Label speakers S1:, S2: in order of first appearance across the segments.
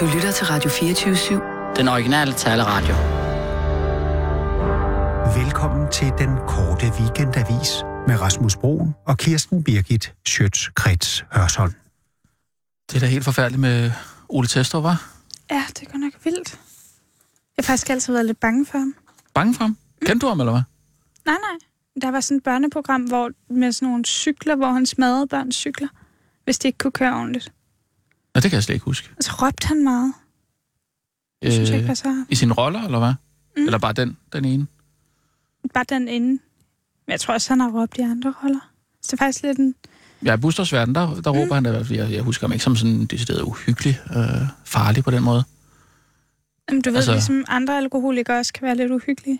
S1: Du lytter til Radio 24 /7.
S2: Den originale taleradio.
S3: Velkommen til den korte weekendavis med Rasmus Broen og Kirsten Birgit Schøtz-Krets Hørsholm.
S4: Det er da helt forfærdeligt med Ole Testrup, var?
S5: Ja, det er godt nok vildt. Jeg har faktisk altid været lidt bange for ham.
S4: Bange for ham?
S5: Mm.
S4: Kendte du ham, eller hvad?
S5: Nej, nej. Der var sådan et børneprogram hvor, med sådan nogle cykler, hvor han smadrede børns cykler, hvis de ikke kunne køre ordentligt.
S4: Nå, det kan jeg slet ikke huske. Øh,
S5: Og så råbte han meget. Det synes jeg ikke var så...
S4: I sine roller, eller hvad?
S5: Mm.
S4: Mm. Eller bare den, den ene?
S5: Bare den inde. Men jeg tror også, han har råbt i andre roller. Så det er faktisk lidt en...
S4: Ja, i Busters verden, der, der mm. råber han da i hvert fald. Jeg, jeg husker ham ikke som sådan decideret uhyggelig, øh, farlig på den måde.
S5: Jamen, du ved,
S4: Altså-
S5: altså... ligesom andre alkoholikere også kan være lidt uhyggelige.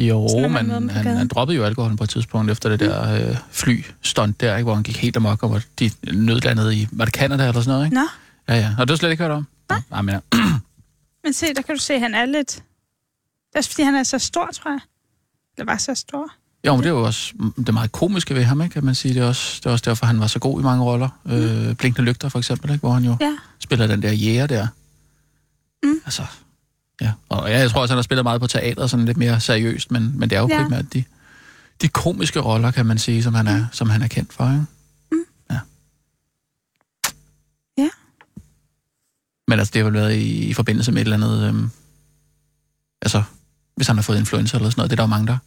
S4: Jo,
S5: Så når man
S4: men
S5: møder
S4: han,
S5: dem på
S4: han,
S5: gaden. Mm.
S4: han droppede jo alkoholen på et tidspunkt efter det der øh, flystunt der, ikke, hvor han gik helt amok, og hvor de nødlandede i, var det Canada eller sådan noget, ikke?
S5: Nå,
S4: Ja, ja. Og det har du slet ikke hørt om? Nej. Nej, men ja.
S5: men se, der kan du se, at han er lidt... Det er også, fordi han er så stor, tror jeg. Eller var så stor.
S4: Jo, men det er jo også mm, det meget komiske ved ham, ikke? kan man sige. Det er også, det er også derfor, han var så god i mange roller. Mm. Øh, Blinkende Lygter for eksempel, ikke? hvor han jo
S5: Ja.
S4: spiller den der jæger der.
S5: Mm.
S4: Altså, ja. Og ja, jeg tror også, han har spillet meget på teater, sådan lidt mere seriøst, men, men det er jo ja.
S5: Ja.
S4: primært de, de komiske roller, kan man sige, som han er, mm. som han er kendt for. Ikke?
S5: Mm.
S4: Ja.
S5: Ja.
S4: Men altså, det har vel været i, i forbindelse med et eller andet... Øhm, altså, hvis han har fået influenza eller sådan noget, det er der jo mange, der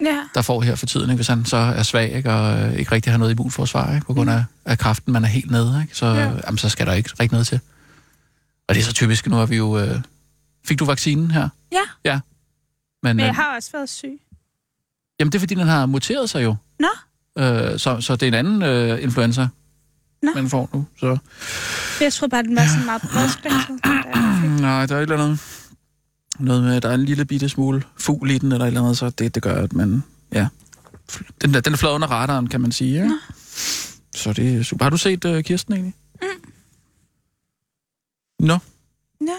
S5: Ja,
S4: der får her for tiden, ikke? hvis han så er svag ikke? og øh, ikke rigtig har noget immunforsvar ikke? på grund af, af kraften, man er helt nede, ikke? Så, ja.
S5: Mm. Ja.
S4: jamen, så skal der ikke rigtig noget til. Og det er så typisk, nu har vi jo... Øh... Fik du vaccinen her?
S5: Ja.
S4: Ja. Men,
S5: men
S4: men
S5: jeg har også været syg.
S4: jamen, det er fordi, den har muteret sig jo.
S5: Nå.
S4: Øh, så, så det er en anden øh, influenza,
S5: Nå.
S4: man får nu. Så.
S5: Jeg troede bare, den var sådan meget bredspektret. den der.
S4: Mm, Nej, der er et eller andet... Noget med, at der er en lille bitte smule fugl i den, eller et eller andet, så det, det gør, at man... Ja. Den, der, den flad under radaren, kan man sige, ikke?
S5: Nå.
S4: Så det er super. Har du set uh, Kirsten egentlig? Mm. Nå.
S5: Ja.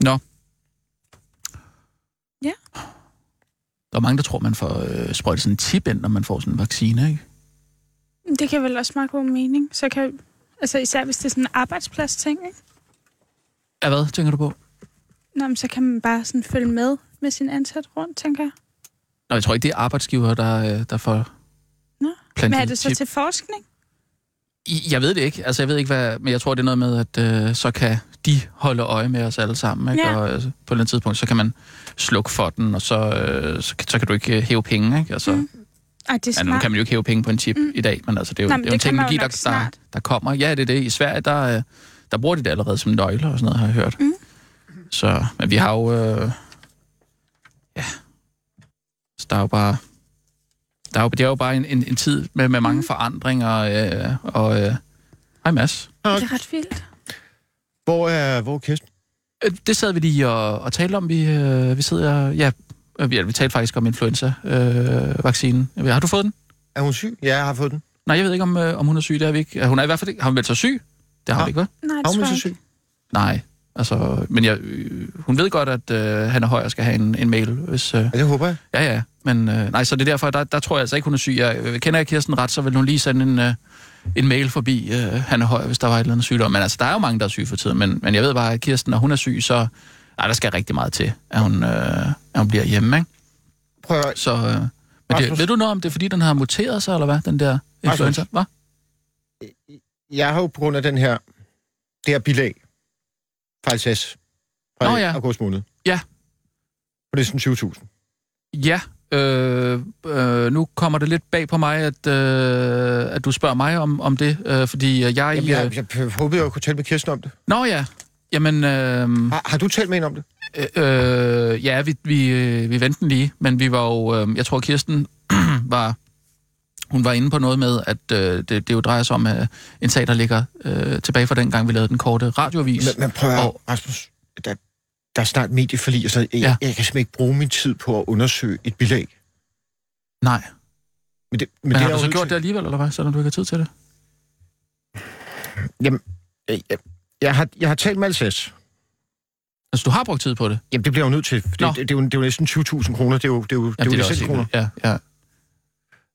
S4: Nå.
S5: Ja.
S4: Der er mange, der tror, man får øh, sprøjtet sådan en tip ind, når man får sådan en vaccine, ikke?
S5: Det kan vel også meget god mening. Så kan, altså især hvis det er sådan en arbejdsplads ting, ikke?
S4: Ja, hvad tænker du på?
S5: Nå, men så kan man bare sådan følge med med sin ansat rundt, tænker jeg.
S4: Nå, jeg tror ikke, det er arbejdsgiver, der, øh, der får
S5: Nå.
S4: plantet
S5: Men er det så
S4: chip.
S5: til forskning?
S4: I- Jeg ved det ikke. Altså, jeg ved ikke, hvad... Men jeg tror, det er noget med, at øh, så kan de holde øje med os alle sammen. Ikke?
S5: Ja.
S4: Og altså, på et eller andet tidspunkt, så kan man slukke for den, og så, øh, så, kan- så kan du ikke øh, hæve penge. Ikke? Altså, mm.
S5: Mm, Ej, det er
S4: altså, nu
S5: smart.
S4: kan man jo ikke hæve penge på en chip mm. i dag, men altså, det er jo,
S5: Nå,
S4: Nej,
S5: men
S4: det er jo en
S5: det kommer jo
S4: teknologi,
S5: nok
S4: der, der,
S5: snart.
S4: der kommer. Ja, det er det. I Sverige, der, øh, der bruger de det allerede som nøgler og sådan noget, har jeg hørt. Mm. Så, men vi har jo... Øh, ja. Så der er jo bare... Der er jo, det er jo bare en, en, en tid med, med mange mm. forandringer. Øh, og, øh, hej, Mads.
S5: Det er ret vildt.
S6: Hvor er, hvor er Kirsten?
S4: Øh, Det sad vi lige og, og talte om. Vi, øh, vi sidder... Ja, øh, vi, ja, vi talte faktisk om influenza-vaccinen. Øh, vaccinen. har du fået den?
S6: Er hun syg? Ja, jeg har fået den.
S4: Nej, jeg ved ikke, om, øh, om hun er syg. Det har vi ikke. Ja, Hun er i hvert fald ikke... Har hun meldt sig syg? Det har
S6: Ja.
S4: hun ikke, hvad?
S5: Nej, det
S6: Har hun
S5: tror
S6: så
S5: jeg
S6: syg?
S5: ikke.
S4: Nej. Altså, men jeg, øh, hun ved godt, at øh, han er høj og skal have en, en mail. Hvis, øh,
S6: Ja, det håber Altså, jeg.
S4: ja, ja. Men øh, nej, så det er derfor, der, der tror jeg altså ikke, hun er syg. Jeg, øh, kender jeg Kirsten ret, så vil hun lige sende en, øh, en mail forbi, øh, han er høj, hvis der var et eller andet sygdom. Men altså, der er jo mange, der er syge for tiden. Men, men jeg ved bare, at Kirsten, når hun er syg, så... Ej, der skal rigtig meget til, at hun, øh, at hun bliver hjemme, ikke?
S6: Prøv at, høre,
S4: Så, øh, men det,
S6: Rasmus.
S4: ved du noget om det, er, fordi den har muteret sig, eller hvad? Den der influenza, hvad?
S6: jeg har jo på grund af den her, det her bilag fra LCS fra
S4: Nå ja.
S6: august måned.
S4: Ja.
S6: På næsten 20.000.
S4: Ja, øh, øh, nu kommer det lidt bag på mig, at, øh, at du spørger mig om, om det, øh, fordi øh, jeg...
S6: Jamen,
S4: øh,
S6: jeg, jeg, jeg håbede, jeg kunne tale med Kirsten om det.
S4: Nå ja, jamen... Øh,
S6: Har, har du talt med hende om det?
S4: øh, øh, ja, vi, vi, øh, vi ventede lige, men vi var jo... Øh, jeg tror, Kirsten var... Hun var inde på noget med, at øh, det, det jo drejer sig om øh, en sag, der ligger øh, tilbage fra dengang, vi lavede den korte radiovis.
S6: Men, men prøv at,
S4: Og-
S6: høre, Rasmus, der, der er snart medieforlig, og så jeg,
S4: Ja.
S6: ja. jeg kan simpelthen ikke bruge min tid på at undersøge et bilag.
S4: Nej,
S6: Men, det,
S4: men, men har
S6: er
S4: du
S6: jo
S4: så
S6: nødt
S4: gjort det
S6: til-
S4: alligevel, eller hvad? Selvom du ikke har tid til det?
S6: Jeg, jeg, jeg, har, jeg har talt med LCS.
S4: Altså, du har brugt tid på det?
S6: Jamen, det bliver jeg jo nødt til. for Det,
S4: Nå.
S6: det, det, er jo, det er jo næsten 20.000 kroner. Det er jo, det er jo, det er jo
S4: da
S6: det
S4: også
S6: kroner.
S4: helt vildt. Ja, ja.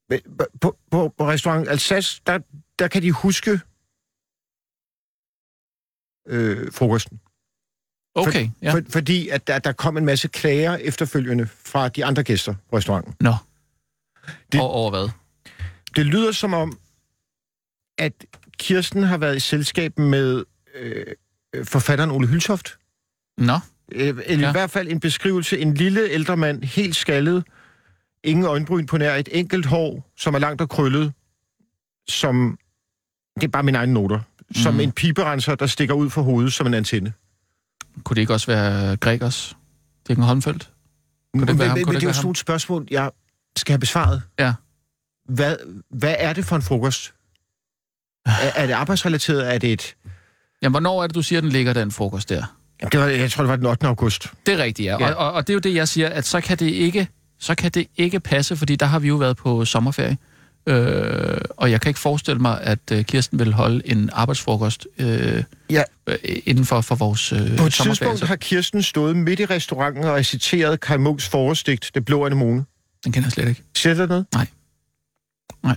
S6: Men På, på, på restaurant Alsace, der der kan de huske øh, frokosten.
S4: Okay, ja.
S6: For, fordi at der, der kom en masse klager efterfølgende fra de andre gæster på restauranten.
S4: Nå.
S6: Det-
S4: Det... Og over hvad?
S6: Det lyder som om, at Kirsten har været i selskab med øh, forfatteren Ole Hyltoft.
S4: Nå,
S6: Øh, eller ja.
S4: Ja.
S6: i hvert fald en beskrivelse. En lille ældre mand, helt skaldet, ingen øjenbryn på nær, et enkelt hår, som er langt og krøllet, som, det er bare mine egne noter, som
S4: Mm.
S6: en piberenser, der stikker ud fra hovedet som en antenne.
S4: kunne det ikke også være Gregers? Det er ikke en håndfølt?
S6: Men,
S4: det
S6: men,
S4: være ham?
S6: men
S4: Kunne det ikke
S6: det er jo
S4: være
S6: sådan
S4: ham?
S6: nogle spørgsmål, jeg skal have besvaret.
S4: Ja.
S6: Hvad, hvad er det for en frokost? Er, er det arbejdsrelateret? Er det et...
S4: Jamen, hvornår er det, du siger, den ligger, den frokost der?
S6: Jamen, det var, jeg tror, det var den 8. august.
S4: Det er rigtigt, ja.
S6: Ja.
S4: ja. Og, og, og det er jo det, jeg siger, at så kan det ikke, så kan det ikke passe, fordi der har vi jo været på sommerferie. Øh, og jeg kan ikke forestille mig, at øh, Kirsten vil holde en arbejdsfrokost øh,
S6: Ja.
S4: øh, inden for, for vores øh,
S6: På et
S4: sommerferie.
S6: tidspunkt
S4: Så
S6: har Kirsten stået midt i restauranten og reciteret Karl Munchs forårsdigt, Det blå anemone.
S4: den kender jeg slet ikke.
S6: Siger det dig noget?
S4: Nej. Nej.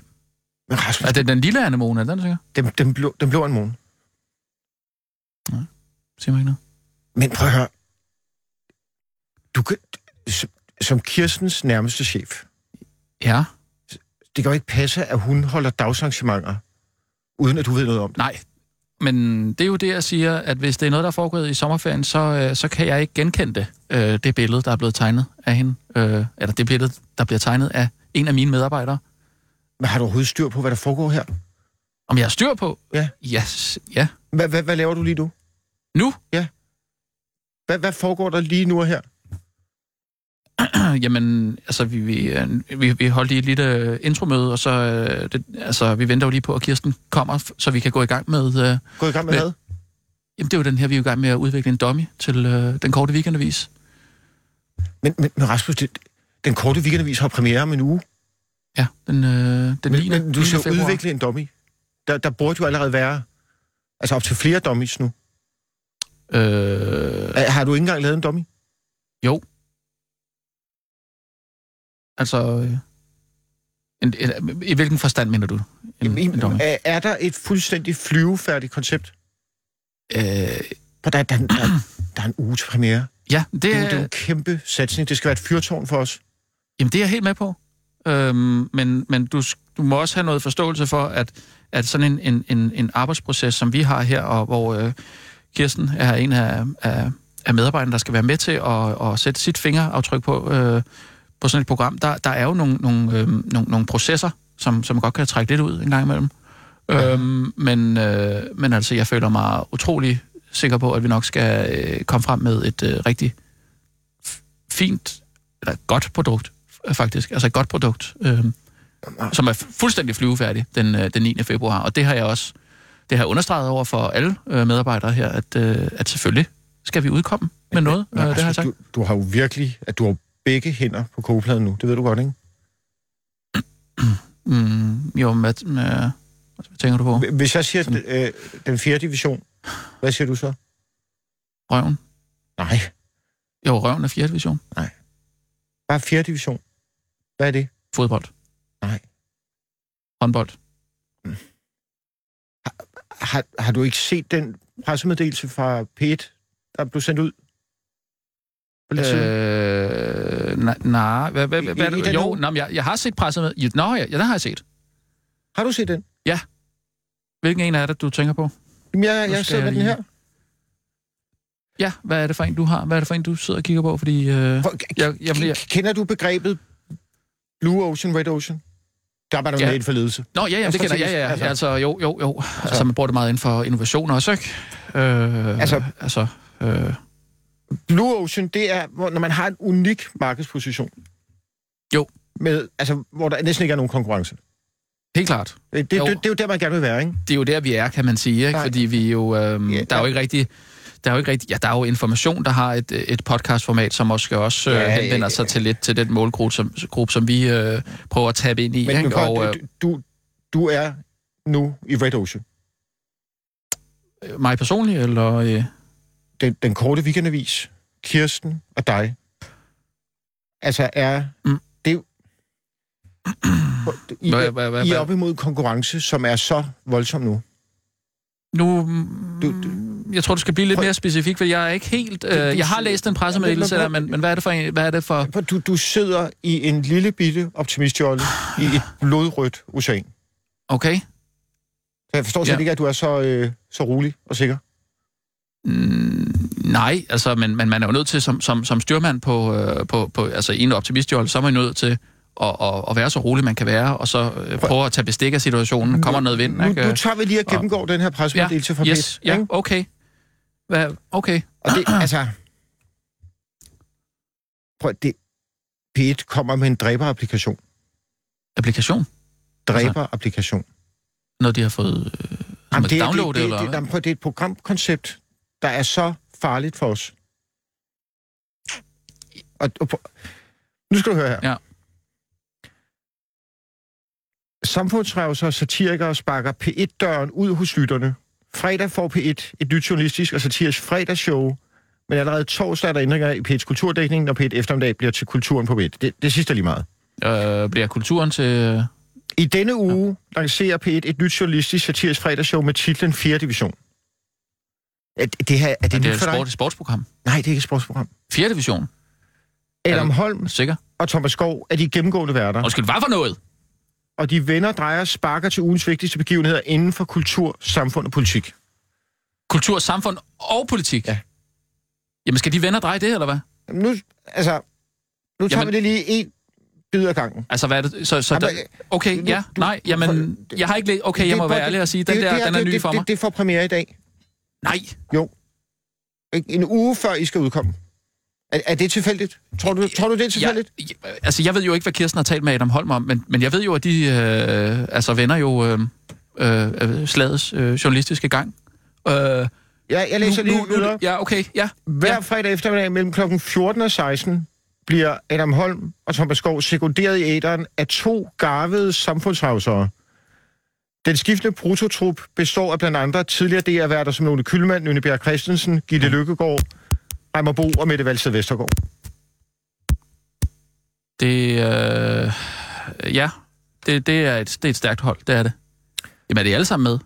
S6: Men Rasmus, altså,
S4: Er det Altså, den lille anemone, er den sikker?
S6: den, den, blå, den blå anemone.
S4: Siger mig ikke noget.
S6: Men prøv at høre. Du kan, som- som Kirstens nærmeste chef,
S4: Ja.
S6: det kan jo ikke passe, at hun holder dagsarrangementer, uden at du ved noget om det.
S4: Nej, men det er jo det, jeg siger, at hvis det er noget, der er foregået i sommerferien, så, øh, så kan jeg ikke genkende det, øh, det billede, der er blevet tegnet af hende. Øh, eller det billede, der bliver tegnet af en af mine medarbejdere.
S6: Men har du overhovedet styr på, hvad der foregår her?
S4: Om jeg har styr på?
S6: Ja.
S4: Yes, ja.
S6: Hvad, hvad, hvad laver du lige nu?
S4: Nu?
S6: Hvad, hvad foregår der lige nu og her?
S4: Jamen, altså, vi, vi, øh, vi, vi holdt lige et lille øh, intromøde, og så, øh, det, altså, vi venter jo lige på, at Kirsten kommer, f- så vi kan gå i gang med, øh,
S6: Gå i gang med
S4: Men-
S6: hvad?
S4: jamen, det er jo den her, vi er jo i gang med at udvikle en dummy til øh, den korte weekendavis.
S6: Men, men, men Rasmus, det, den korte weekendavis har premiere om en uge.
S4: Ja, den, øh, den
S6: Men,
S4: 9.
S6: men du
S4: 9.
S6: skal
S4: februar.
S6: udvikle en dummy. Der, der burde jo allerede være altså op til flere dummies nu.
S4: Øh,
S6: Er- Har du ikke engang lavet en dummy?
S4: Altså, øh, en, en, i hvilken forstand mener du? En,
S6: Jamen, Øh,
S4: en dummy?
S6: er, er der et fuldstændig flyvefærdigt koncept?
S4: Øh,
S6: For der, der, der, der er en uge til premiere.
S4: ja,
S6: Det
S4: det,
S6: er, jo, det er jo en
S4: er,
S6: kæmpe satsning. Det skal være et fyrtårn for os.
S4: jamen, det er jeg helt med på. Øhm, men men du, s- du må også have noget forståelse for, at, at sådan en, en, en, en arbejdsproces, som vi har her, og hvor øh, Kirsten er en af, af, af medarbejderne, der skal være med til at, at sætte sit fingeraftryk på, øh, på sådan et program, der, der er jo nogle, nogle, øh, nogle, nogle processer, som, som godt kan trække lidt ud en gang imellem. Øhm, men, øh, men altså, jeg føler mig utrolig sikker på, at vi nok skal øh, komme frem med et øh, rigtig f- fint, eller godt produkt, øh, faktisk. Altså et godt produkt, øh, som er fu- fuldstændig flyvefærdig den, øh, den 9. februar. Og det har jeg også det har jeg understreget over for alle øh, medarbejdere her, at, øh, at selvfølgelig skal vi udkomme med noget. Øh, det har jeg sagt.
S6: du, Altså, du har jo virkelig, at du har begge hænder på kogepladen nu. Det ved du godt, ikke?
S4: Mm, jo, men hvad, med, hvad tænker du på?
S6: Hvis jeg siger
S4: Sådan.
S6: øh, den fjerde division, hvad siger du så?
S4: Røven?
S6: Nej,
S4: Jo, røven er 4. division.
S6: bare fjerde division. Hvad er det?
S4: Fodbold.
S6: Nej.
S4: Håndbold.
S6: Har, har du ikke set den pressemeddelelse fra P1, der blev sendt ud? For lidt siden?
S4: Øh, nej, nej. Hvad, hvad,
S6: I-
S4: hvad,
S6: i-
S4: hvad,
S6: i den
S4: hvad, jo,
S6: uge?
S4: nå, men jeg, jeg har set presset med. Jo, Nå, ja, ja, der har jeg set.
S6: Har du set den?
S4: Hvilken en er det, du tænker på?
S6: Jamen, jeg,
S4: Nu skal
S6: jeg sidder med
S4: jeg
S6: den
S4: lige-
S6: her.
S4: Ja, hvad er det for en, du har? Hvad er det for en, du sidder og kigger på? Fordi, øh, jeg,
S6: Prøv, k-
S4: jeg, jeg,
S6: K- Kender du begrebet Blue Ocean, Red Ocean? Der arbejder man
S4: Ja.
S6: med inden for ledelse.
S4: nå, ja, ja,
S6: Altså,
S4: det kender jeg.
S6: præcis,
S4: Ja, ja,
S6: altså.
S4: ja. Altså, jo, jo, jo. Altså, man bruger det meget inden for innovation også, ikke? Øh,
S6: Altså-
S4: altså, altså øh,
S6: Blue Ocean, det er, hvor, når man har en unik markedsposition.
S4: Jo.
S6: Med, altså, hvor der næsten ikke er nogen konkurrence.
S4: helt klart.
S6: Det, det,
S4: Jo.
S6: det, det er jo der, man gerne vil være, ikke?
S4: det er jo der, vi er, kan man sige, ikke?
S6: Nej.
S4: fordi vi jo, øhm,
S6: Ja.
S4: yeah. der er jo ikke rigtig... Der er jo ikke rigtig, ja, der er jo information, der har et, et podcastformat, som måske også øh,
S6: Ja, ja,
S4: henvender
S6: ja.
S4: sig til lidt til den målgruppe, som, gruppe, som vi øh, prøver at tabe ind i.
S6: Men, men
S4: ikke?
S6: prøv,
S4: Og,
S6: og,
S4: øh,
S6: du, du, du er nu i Red Ocean.
S4: mig personligt, eller... Øh,
S6: Den, den korte weekendavis, Kirsten og dig. Altså, er...
S4: Mm.
S6: Det, er jo- I,
S4: Hvad- hvad- hvad-
S6: I er
S4: hvad?
S6: op imod konkurrence, som er så voldsom nu.
S4: Nu,
S6: Du-
S4: du, jeg tror, du skal blive lidt
S6: Prøv-
S4: mere specifik, for jeg er ikke helt... Øh,
S6: du
S4: jeg har
S6: siger-
S4: læst en pressemeddelelse,
S6: Jamen,
S4: der,
S6: men-
S4: men, men hvad er det for... En, hvad er det for
S6: For Du, du sidder i en lille bitte optimistjolle i et blodrødt ocean.
S4: okay?
S6: Så jeg forstår slet
S4: Ja.
S6: ikke, at du er så, øh, så rolig og sikker.
S4: Mm, nej, altså, men, men man er jo nødt til, som, som, som styrmand på, øh, på, på, altså, i en optimistjold, så er man jo nødt til at, at, at være så rolig, man kan være, og så øh, prøve at tage bestik af situationen. Kommer der noget vind,
S6: Nu,
S4: ikke?
S6: nu tager vi lige og
S4: og-
S6: gennemgår den her pressemeddelelse fra
S4: yes,
S6: PET,
S4: ja,
S6: ikke?
S4: okay. Hvad, okay.
S6: Og det, altså... Prøv, at- det, P1 kommer med en dræberapplikation.
S4: Applikation? Altså-
S6: Dræberapplikation.
S4: Noget, de har fået... Øh, som
S6: Jamen,
S4: er
S6: det, er-
S4: downloadet,
S6: det, det,
S4: eller
S6: det,
S4: hvad?
S6: jamen, prøv, det er et programkoncept, der er så farligt for os. Og, og, prøv- nu skal du høre her.
S4: Ja.
S6: Samfundsrevser og satirikere sparker P1-døren ud hos lytterne. Fredag får P1 et nyt journalistisk og satirisk fredagsshow, men allerede torsdag er der ændringer i P1's kulturdækning, når P1 eftermiddag bliver til kulturen på P1. Det, det sidste er lige meget.
S4: øh, bliver kulturen til... Øh,
S6: I denne uge lancerer P1 et nyt journalistisk satirisk fredagsshow med titlen 4. division. Er det, det her, er det,
S4: det er
S6: nyt
S4: et
S6: for dig?
S4: sport, et sportsprogram.
S6: Nej, det er ikke et sportsprogram.
S4: 4. division,
S6: Adam Holm
S4: sikker.
S6: og Thomas Skov er de gennemgående værter,
S4: Undskyld, hvad for noget?
S6: og de vender, drejer og sparker til ugens vigtigste begivenheder inden for kultur, samfund og politik.
S4: Kultur, samfund og politik?
S6: Ja.
S4: Jamen, skal de vende og dreje det, eller hvad?
S6: Jamen, Nu, altså, nu tager
S4: Jamen-
S6: vi det lige en bid ad gangen.
S4: Altså, hvad er det? Så, så
S6: Jamen,
S4: der,
S6: øh,
S4: okay,
S6: nu-
S4: ja,
S6: du-
S4: nej, jamen,
S6: for-
S4: jeg har ikke læst... Okay,
S6: Det
S4: jeg
S6: er
S4: må
S6: bare-
S4: være ærlig og sige,
S6: det-
S4: den
S6: det her,
S4: der, den er
S6: det-
S4: ny
S6: det-
S4: for mig.
S6: Det, det får premiere i dag.
S4: Nej,
S6: Ikke? En uge før I skal udkomme. Er, er det tilfældigt? Tror du, tror du det er
S4: jeg,
S6: tilfældigt?
S4: jeg- altså, jeg ved jo ikke, hvad Kirsten har talt med Adam Holm om, men, men jeg ved jo, at de øh, altså, vender jo øh, øh, øh, slagets øh, journalistiske gang. Øh,
S6: Ja, jeg læser lige videre.
S4: ja, okay, ja.
S6: Hver
S4: Ja.
S6: fredag eftermiddag mellem kl. 14 og 16 bliver Adam Holm og Thomas Skov sekunderet i æderen af to garvede samfundshavsere. Den skiftende prototrup består af blandt andre tidligere DR-værter som Lone Kylmand, Nynne Bjerg Christensen, Gitte Lykkegaard, Reimer Bo og Mette Valsted Vestergaard.
S4: Det, øh, ja, det, det, er et, det er et stærkt hold, det er det. Jamen, er de alle sammen med?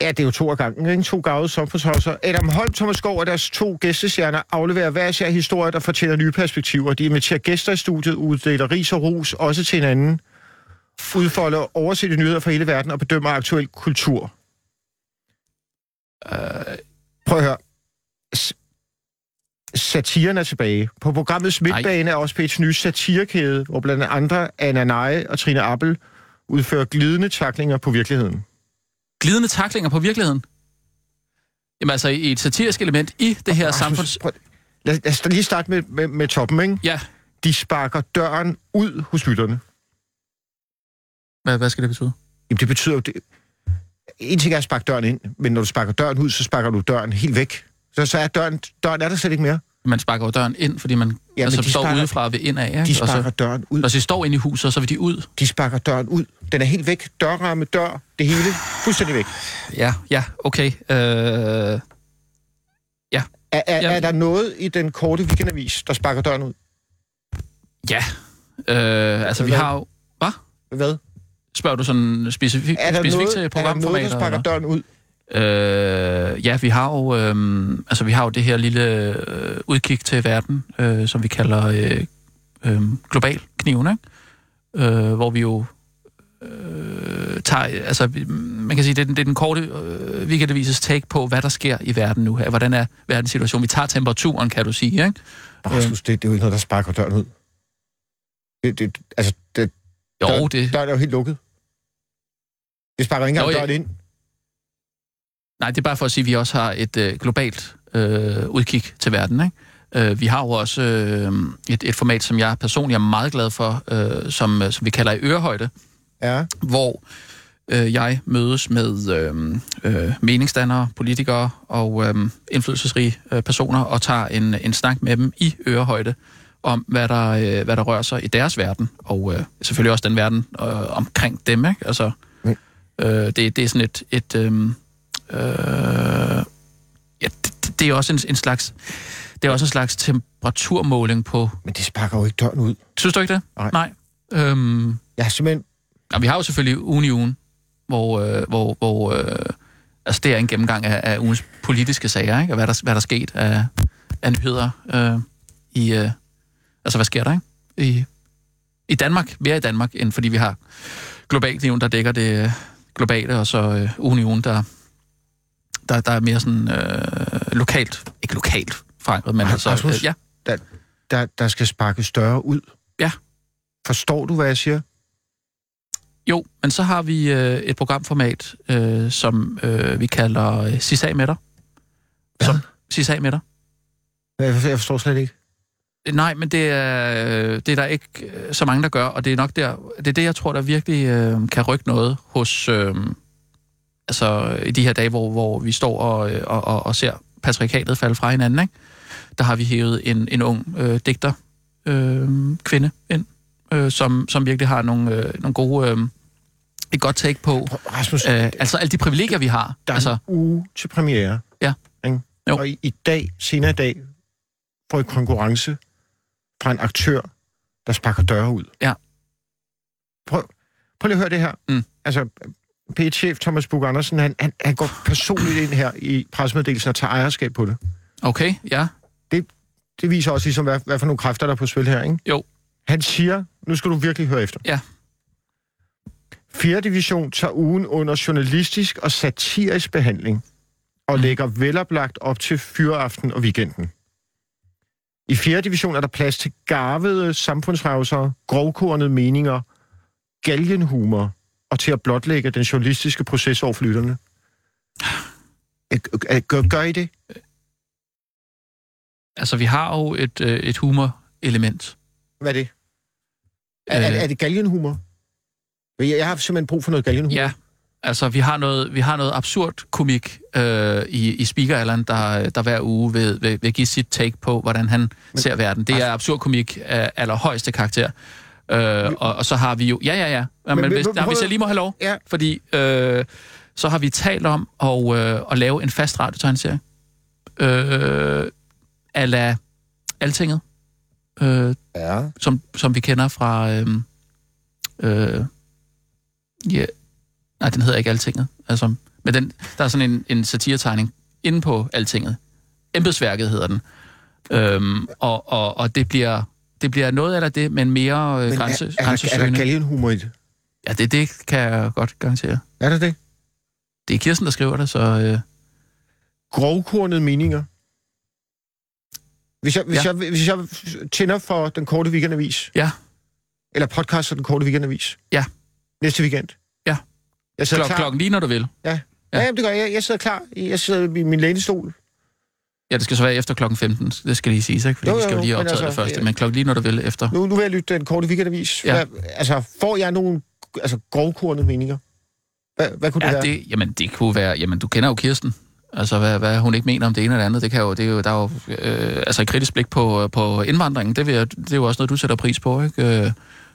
S6: Ja, det er jo to af gangen, ikke? To gavede samfundshavser. Adam Holm, Thomas Skov og deres to gæstestjerner afleverer hver især historier, der fortæller nye perspektiver. De inviterer gæster i studiet, uddeler ris og ros, også til hinanden. Udfolder oversette nyheder fra hele verden og bedømmer aktuel kultur. Uh... Prøv at høre. S- satiren er tilbage. På programmets midtbane er også Pets nye satirekæde, hvor blandt andre Anna Neje og Trine Appel udfører glidende taklinger på virkeligheden.
S4: Glidende taklinger på virkeligheden? Jamen altså, i et satirisk element i det her
S6: Rasmus,
S4: samfunds...
S6: prøv- Lad, lad os da lige starte med, med, med toppen, ikke?
S4: Ja,
S6: De sparker døren ud hos lytterne.
S4: hvad, hvad skal det betyde?
S6: Jamen, det betyder jo... Det... En ting er at sparke døren ind, men når du sparker døren ud, så sparker du døren helt væk. Så, så er døren, døren er der slet ikke mere.
S4: Man sparker jo døren ind, fordi man
S6: men
S4: ja, altså,
S6: de
S4: står
S6: sparker-
S4: udefra ved indad, ikke?
S6: De
S4: og
S6: sparker
S4: så,
S6: døren ud.
S4: når de står inde i huset, så vil de ud.
S6: De sparker døren ud. Den er helt væk. Dørramme, dør, det hele. Fuldstændig væk.
S4: Ja, ja, okay. Øh,
S6: Er, er,
S4: Jamen-
S6: er der noget i den korte weekendavis, der sparker døren ud?
S4: ja, øh, altså vi
S6: Hvad?
S4: har jo... Hvad?
S6: Hvad?
S4: Spørger du sådan specifikt
S6: Er der,
S4: specifik
S6: noget,
S4: til
S6: er der noget,
S4: programformatet?
S6: der sparker
S4: eller?
S6: døren ud?
S4: Øh, ja, vi har jo øh, altså vi har jo det her lille øh, udkig til verden, øh, som vi kalder øh, øh, global kniven, ikke? Øh, hvor vi jo øh, tager, altså vi- man kan sige, det er den, det er den korte øh, weekendavises take på, hvad der sker i verden nu her. Hvordan er verdenssituationen? Vi tager temperaturen, kan du sige, ikke?
S6: Rasmus, det, det er jo ikke noget, der sparker døren ud. Det, det, altså, det,
S4: Jo,
S6: Døren-
S4: det,
S6: Døren er jo helt lukket. Det sparker ikke
S4: Nå,
S6: engang
S4: ja.
S6: døren ind.
S4: Nej, det er bare for at sige, at vi også har et øh, globalt øh, udkig til verden. Ikke? Øh, vi har jo også øh, et, et format, som jeg personligt er meget glad for, øh, som, øh, som vi kalder i ørehøjde,
S6: Ja.
S4: hvor øh, jeg mødes med øh, øh, meningsdannere, politikere og øh, indflydelsesrige øh, personer og tager en, en snak med dem i ørehøjde om, hvad der, øh, hvad der rører sig i deres verden, og øh, selvfølgelig også den verden øh, omkring dem. Ikke? Altså,
S6: Mm.
S4: øh, det, det er sådan et... et øh, øh, ja, det, det- det er også en, en slags... Det er også en slags temperaturmåling på...
S6: Men det sparker jo ikke døren ud.
S4: Synes du ikke det?
S6: Nej.
S4: Nej. Øhm,
S6: Jeg har simpelthen...
S4: Og vi har jo selvfølgelig ugen i ugen, hvor, øh, hvor, hvor øh, altså det er en gennemgang af, af ugens politiske sager, ikke? og hvad der, hvad der er sket af, af nyheder øh, i... Øh, altså, hvad sker der ikke? I, i Danmark, mere i Danmark, end fordi vi har globalt nævn, der dækker det øh, globale, og så øh, ugen i ugen, der, der, der er mere sådan øh, lokalt, ikke lokalt forankret, men altså...
S6: Rasmus?
S4: ja,
S6: Der, der, der skal sparke større ud.
S4: Ja.
S6: Forstår du, hvad jeg siger?
S4: Jo, men så har vi øh, et programformat, øh, som øh, vi kalder øh, Sisag med dig.
S6: Hvad?
S4: Som, Sisag med dig.
S6: Jeg jeg forstår slet ikke.
S4: Øh, Nej, men det er, øh, det er der ikke øh, så mange, der gør, og det er nok der, det er det, jeg tror, der virkelig øh, kan rykke noget hos, øh, altså i de her dage, hvor, hvor vi står og, øh, og, og, og ser patriarkatet falde fra hinanden, ikke? der har vi hævet en, en ung øh, digter, øh, kvinde ind, øh, som, som virkelig har nogle, øh, nogle gode, øh, et godt take på,
S6: Rasmus,
S4: Øh, altså alle de privilegier, vi har.
S6: Der er altså,
S4: Altså,
S6: en uge til premiere.
S4: Ja.
S6: Ikke?
S4: Jo.
S6: Og i, i dag, senere i dag, får I konkurrence fra en aktør, der sparker døre ud.
S4: Ja.
S6: Prøv, prøv lige at høre det her.
S4: Mm.
S6: Altså, p chef Thomas Bug Andersen, han, han, han går personligt ind her i pressemeddelelsen og tager ejerskab på det.
S4: okay, ja.
S6: Det viser også ligesom, hvad, hvad for nogle kræfter, der er på spil her, ikke?
S4: Jo.
S6: Han siger, nu skal du virkelig høre efter.
S4: Ja.
S6: 4. division tager ugen under journalistisk og satirisk behandling
S4: Mhm.
S6: og lægger veloplagt op til fyreaften og weekenden. I 4. division er der plads til garvede samfundsrejser, grovkornede meninger, galgenhumor og til at blotlægge den journalistiske proces over for lytterne.
S4: Ah.
S6: Øh, øh, Gør, gør I det?
S4: Altså, vi har jo et, øh, et humor-element.
S6: Hvad er det? Er,
S4: Øh,
S6: er, er det galgenhumor? Jeg, jeg har simpelthen brug for noget galgenhumor.
S4: Ja, altså, vi har noget, vi har noget absurd komik øh, i, i Speaker Island, der, der hver uge vil, vil, vil give sit take på, hvordan han Men, ser verden. Det er absurd komik af allerhøjeste karakter. Øh, og, og så har vi jo... Ja, ja, ja. ja men,
S6: men-
S4: men, hvis,
S6: men-
S4: nej, hvis
S6: prøv-
S4: jeg lige må have lov,
S6: Ja.
S4: fordi øh, så har vi talt om at, øh, at lave en fast radiotegneserie. Øh, a la Altinget. Øh,
S6: ja.
S4: som, som vi kender fra... Øhm, øh, ja, nej, den hedder ikke Altinget. Altså, men den, der er sådan en, en satiretegning inde på Altinget. Embedsværket hedder den. Øhm, og, og, og det bliver... Det bliver noget af det, men mere øh,
S6: Men
S4: grænse,
S6: er, er, der, er der
S4: grænsesøgende.
S6: galgenhumor i det?
S4: ja, det, det kan jeg godt garantere.
S6: Er der det?
S4: Det er Kirsten, der skriver det, så... Øh,
S6: Grovkornede meninger. Hvis jeg, hvis, ja.
S4: Ja.
S6: jeg, hvis jeg tænder for den korte weekendavis.
S4: Ja.
S6: Eller podcast for den korte weekendavis.
S4: Ja.
S6: Næste weekend.
S4: Ja.
S6: Jeg sidder
S4: klok,
S6: klar.
S4: klokken lige, når du vil.
S6: Ja,
S4: ja.
S6: jamen, det gør jeg. Jeg sidder klar. Jeg sidder i min lænestol.
S4: Ja, det skal så være efter klokken 15. Det skal lige siges, ikke? Fordi
S6: Jo,
S4: vi
S6: jo,
S4: skal jo
S6: jo,
S4: lige
S6: men
S4: optage altså, det
S6: altså,
S4: første.
S6: ja.
S4: Men klokken lige, når du vil efter.
S6: Nu, nu vil jeg lytte den korte weekendavis.
S4: Ja.
S6: Hvad, altså, får jeg nogle altså, grovkornede meninger? Hvad, hvad kunne det
S4: Ja,
S6: være?
S4: det, jamen det kunne være, jamen du kender jo Kirsten. Altså hvad, hvad hun ikke mener om det ene eller det andet, det kan jo, det er jo, der er jo øh, altså et kritisk blik på, på indvandringen, det, vil, jeg- det er jo også noget, du sætter pris på, ikke? Øh,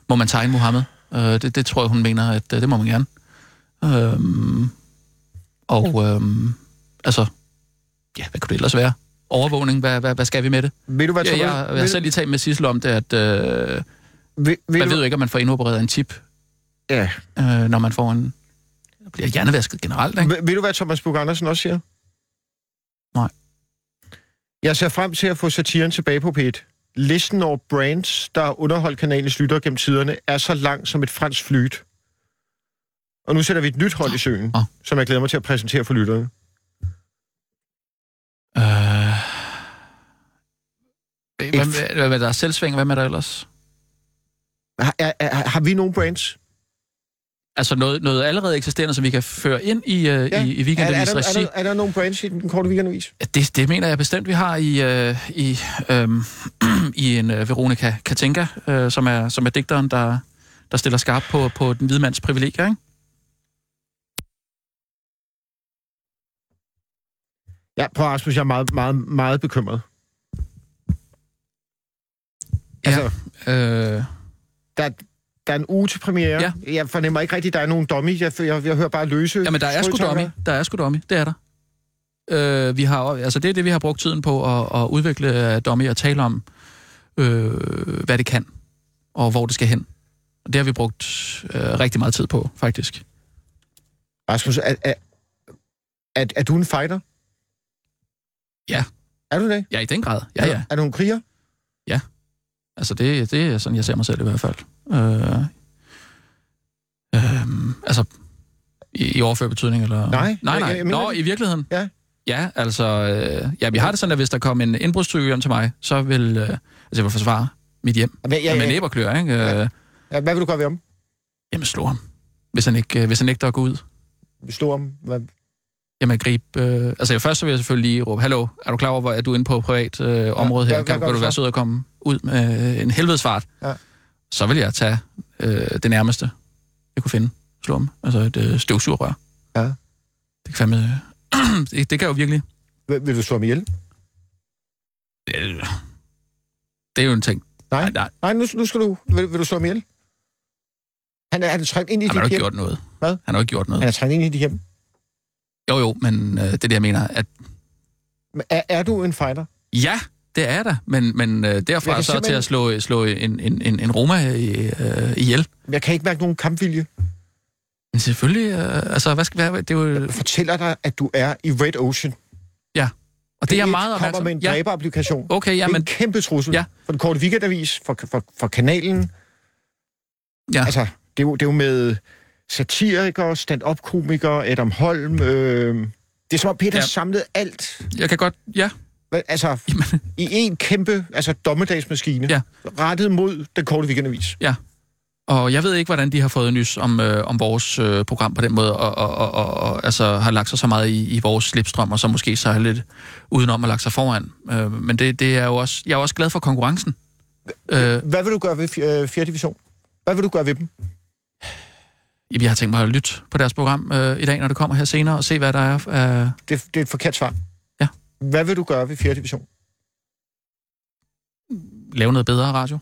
S4: må man tegne Mohammed? Øh, det, det tror jeg, hun mener, at øh, det må man gerne. Øhm, og øhm, altså, ja, hvad kunne det ellers være? Overvågning, hvad, hvad, hvad skal vi med det?
S6: Vil du være
S4: Jeg, jeg, jeg
S6: vil-
S4: har selv lige talt med Sissel om det, at øh,
S6: Vil, vil
S4: man
S6: du,
S4: ved jo ikke, om man får indopereret en chip,
S6: ja.
S4: øh, når man får en... Bliver hjernevasket generelt, ikke?
S6: Vil, vil du, hvad Thomas Bug Andersen også siger?
S4: Nej.
S6: Jeg ser frem til at få satiren tilbage på P1. Listen over brands, der har underholdt kanalens lyttere gennem tiderne, er så lang som et fransk flyt. Og nu sætter vi et nyt hold i
S4: Ah,
S6: søen,
S4: Åh.
S6: som jeg glæder mig til at præsentere for lytterne.
S4: Øh... Hvad,
S6: Et-
S4: med- hvad, hvad der er selvsving, hvad med der ellers?
S6: Har, er, er, har vi nogen brands?
S4: Altså noget, noget allerede eksisterende, som vi kan føre ind i, øh, ja. i, i
S6: er, er,
S4: weekendavis
S6: der, er,
S4: regi.
S6: der, er der nogen brands i den korte weekendavis?
S4: Ja, Det, det mener jeg bestemt, vi har i, øh, i, øh, i en øh, Veronica Katinka, øh, som, er, som er digteren, der, der stiller skarp på, på den hvide mands privilegier. Ikke?
S6: Ja, prøv at Rasmus, jeg er meget, meget, meget bekymret. Altså,
S4: Øh,
S6: der, der er en uge til premiere.
S4: Ja.
S6: Jeg fornemmer ikke rigtigt, at der er nogen dummy. Jeg, jeg, jeg hører bare løse.
S4: jamen, der er sgu
S6: strøtanker.
S4: dummy. Der er sgu dummy. Det er der. Øh, vi har, altså, det er det, vi har brugt tiden på at, at udvikle øh, dummy og tale om, øh, hvad det kan, og hvor det skal hen. Det har vi brugt øh, rigtig meget tid på, faktisk.
S6: Rasmus, er, er, er, er du en fighter?
S4: Ja.
S6: Er du det?
S4: Ja, i den grad. Ja,
S6: Er du-
S4: ja.
S6: Er du en kriger?
S4: Altså, det, det er sådan, jeg ser mig selv i hvert fald. Øh, øh, altså, i, i overført betydning, eller...
S6: Nej,
S4: nej.
S6: jeg-
S4: nej.
S6: jeg mener
S4: Nå,
S6: det.
S4: i virkeligheden?
S6: Ja.
S4: Ja, altså, øh, ja, vi har det sådan, at hvis der kom en indbrudstyve hjem til mig, så vil, øh, altså, jeg vil forsvare mit hjem
S6: Hvad,
S4: ja,
S6: ja,
S4: ja. med
S6: ja,
S4: næb og klør, ikke?
S6: Ja.
S4: Øh,
S6: ja. Hvad vil du gøre ved ham?
S4: jamen, slå ham. Hvis han, ikke, øh, hvis han nægter at gå ud,
S6: Slå ham? Hvad?
S4: jamen gribe... Øh, altså, først så vil jeg selvfølgelig lige råbe, hallo, er du klar over, hvor er du inde på privat øh, område her?
S6: hvad-
S4: kan
S6: hvad
S4: du,
S6: gør
S4: kan
S6: du
S4: du være
S6: så?
S4: sød at komme ud med øh, en helvedesfart?
S6: Ja.
S4: Så vil jeg tage øh, det nærmeste, jeg kunne finde. Slå ham. Altså et øh, støvsugerrør.
S6: Ja.
S4: Det kan fandme... det, det kan jo virkelig...
S6: Vil, vil du slå ham ihjel?
S4: Øh, det er jo en ting.
S6: Nej.
S4: nej, nej
S6: Nej, nu, nu skal du... Vil, vil du slå ham ihjel? Han er, han er trængt ind i
S4: han har jo
S6: dit
S4: ikke
S6: hjem.
S4: gjort noget.
S6: Hvad?
S4: Han har jo ikke gjort noget.
S6: Han er trængt ind i dit hjem.
S4: Jo, jo, men øh, det er det, jeg mener. At,
S6: Men Er, er du en fighter?
S4: ja, det er der, men, men øh,
S6: Jeg
S4: derfra
S6: kan
S4: så til
S6: simpelthen-
S4: at slå, slå en, en, en, en Roma øh, ihjel,
S6: Jeg kan ikke mærke nogen kampvilje.
S4: Men selvfølgelig, øh, altså, hvad skal være, det er jo,
S6: Jeg fortæller dig, at du er i Red Ocean.
S4: og det er jeg
S6: P1
S4: meget
S6: kommer med en
S4: opmærksom. Ja,
S6: dræberapplikation.
S4: okay, ja,
S6: det er en
S4: men
S6: kæmpe trussel
S4: Ja.
S6: for den korte weekendavis, for, for, for kanalen.
S4: Ja.
S6: Altså, det er, jo, det er jo med satirikere, stand-up-komikere, Adam Holm. Øh, det er som om Peter ja.
S4: Ja.
S6: samlede alt
S4: jeg kan godt, ja,
S6: hvad- altså, i en kæmpe altså, dommedagsmaskine,
S4: Ja.
S6: rettet mod den korte weekendavis.
S4: og jeg ved ikke, hvordan de har fået nys om, øh, om vores øh, program på den måde, og, og, og, og, og altså, har lagt sig så meget i, i vores slipstrøm, og så måske så har lidt udenom at lagt sig foran. Øh, men det, det er jo også, jeg er også glad for konkurrencen. Øh,
S6: Hvad vil du gøre ved 4. division? Hvad vil du gøre ved dem?
S4: vi har tænkt mig at lytte på deres program øh, i dag, når det kommer her senere, og se, hvad der er. Øh,
S6: Det, det er et forkert svar.
S4: Ja.
S6: Hvad vil du gøre ved 4. division?
S4: lave noget bedre radio.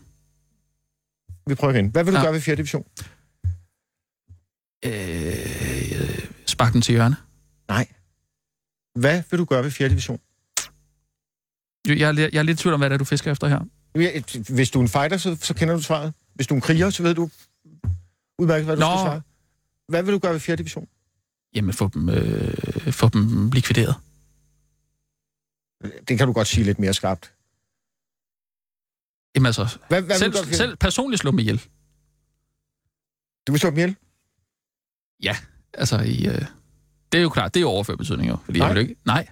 S6: Vi prøver igen. Hvad vil du ja.
S4: Ja.
S6: gøre ved 4. division?
S4: Øh, spark den til hjørne.
S6: Hvad vil du gøre ved 4. division?
S4: Jeg, jeg, er lidt- jeg er lidt i tvivl om, hvad det er, du fisker efter her.
S6: Ja, Hvis du er en fighter, så, så kender du svaret. Hvis du er en kriger, så ved du udmærket, hvad du
S4: Nå.
S6: skal svare. Hvad vil du gøre ved 4. division?
S4: Jamen, få dem, øh, få dem likvideret.
S6: Det kan du godt sige lidt mere skarpt.
S4: Jamen altså,
S6: Hvad, hvad vil du, gøre
S4: selv,
S6: ved fjerde-
S4: selv personligt slå dem ihjel.
S6: du vil slå dem ihjel?
S4: Altså, i, øh, det er jo klart, det er jo overført betydning jo. Fordi
S6: Nej.
S4: Jeg vil ikke, nej,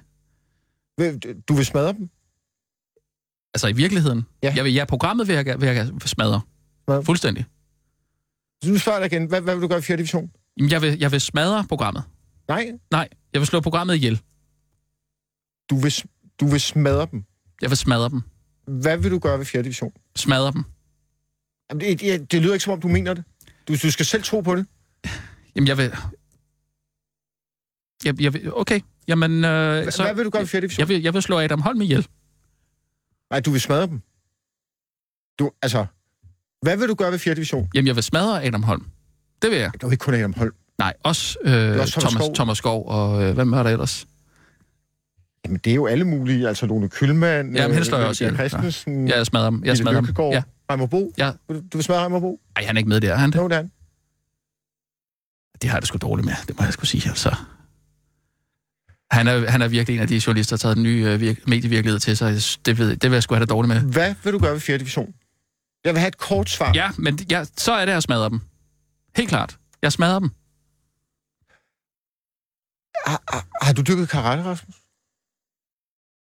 S6: Vil- Du vil smadre dem?
S4: altså i virkeligheden.
S6: Ja.
S4: Ja. Jeg vil, ja, programmet vil jeg, ga- vil jeg ga- smadre.
S6: Hvad?
S4: Fuldstændig.
S6: Så nu spørger jeg dig igen. Hvad, hvad vil du gøre ved 4. division?
S4: Jamen, jeg vil, jeg vil smadre programmet.
S6: Nej,
S4: Nej, jeg vil slå programmet ihjel.
S6: du vil, s- du vil smadre dem.
S4: Jeg vil smadre dem.
S6: Hvad vil du gøre ved 4. division?
S4: Smadre dem.
S6: Jamen, det, det, det lyder ikke, som om du mener det. Du, du skal selv tro på det.
S4: Jamen, jeg vil... Jeg, jeg vil okay, jamen... Øh,
S6: Hvad, hvad vil du gøre ved 4. division?
S4: jeg vil, jeg vil slå Adam Holm ihjel.
S6: Nej, du vil smadre dem. Du, altså, hvad vil du gøre ved 4. division?
S4: Jamen, jeg vil smadre Adam Holm. Det vil jeg.
S6: Det er jo ikke kun Adam Holm.
S4: Nej, også, øh,
S6: også
S4: også
S6: Thomas
S4: Thomas, Thomas,
S6: Skov.
S4: Thomas Skov og øh, hvem er der ellers?
S6: Jamen, det er jo alle mulige. Altså, Lone Kølmann,
S4: Jamen, han slår jeg
S6: øh,
S4: også
S6: Peter
S4: ihjel.
S6: Christensen,
S4: Ja, jeg smadrer ham. Jeg smadrer ham. Ja.
S6: Ja. Reimer Bo.
S4: Ja.
S6: Vil Du, du vil smadre Reimer Bo?
S4: Ej, han er ikke med der, er han det?
S6: Jo, det er han.
S4: Det har jeg det sgu dårligt med, det må jeg sgu sige, altså. Han er, han er virkelig en af de journalister, der har taget den nye øh, virk- medievirkelighed til sig. Det, ved, det vil jeg sgu have det dårligt med.
S6: Hvad vil du gøre ved 4. division? Jeg vil have et kort svar.
S4: Ja, men ja, så er det, at jeg smadrer dem. Helt klart. Jeg smadrer dem.
S6: Har, har, har du dykket karate, Rasmus?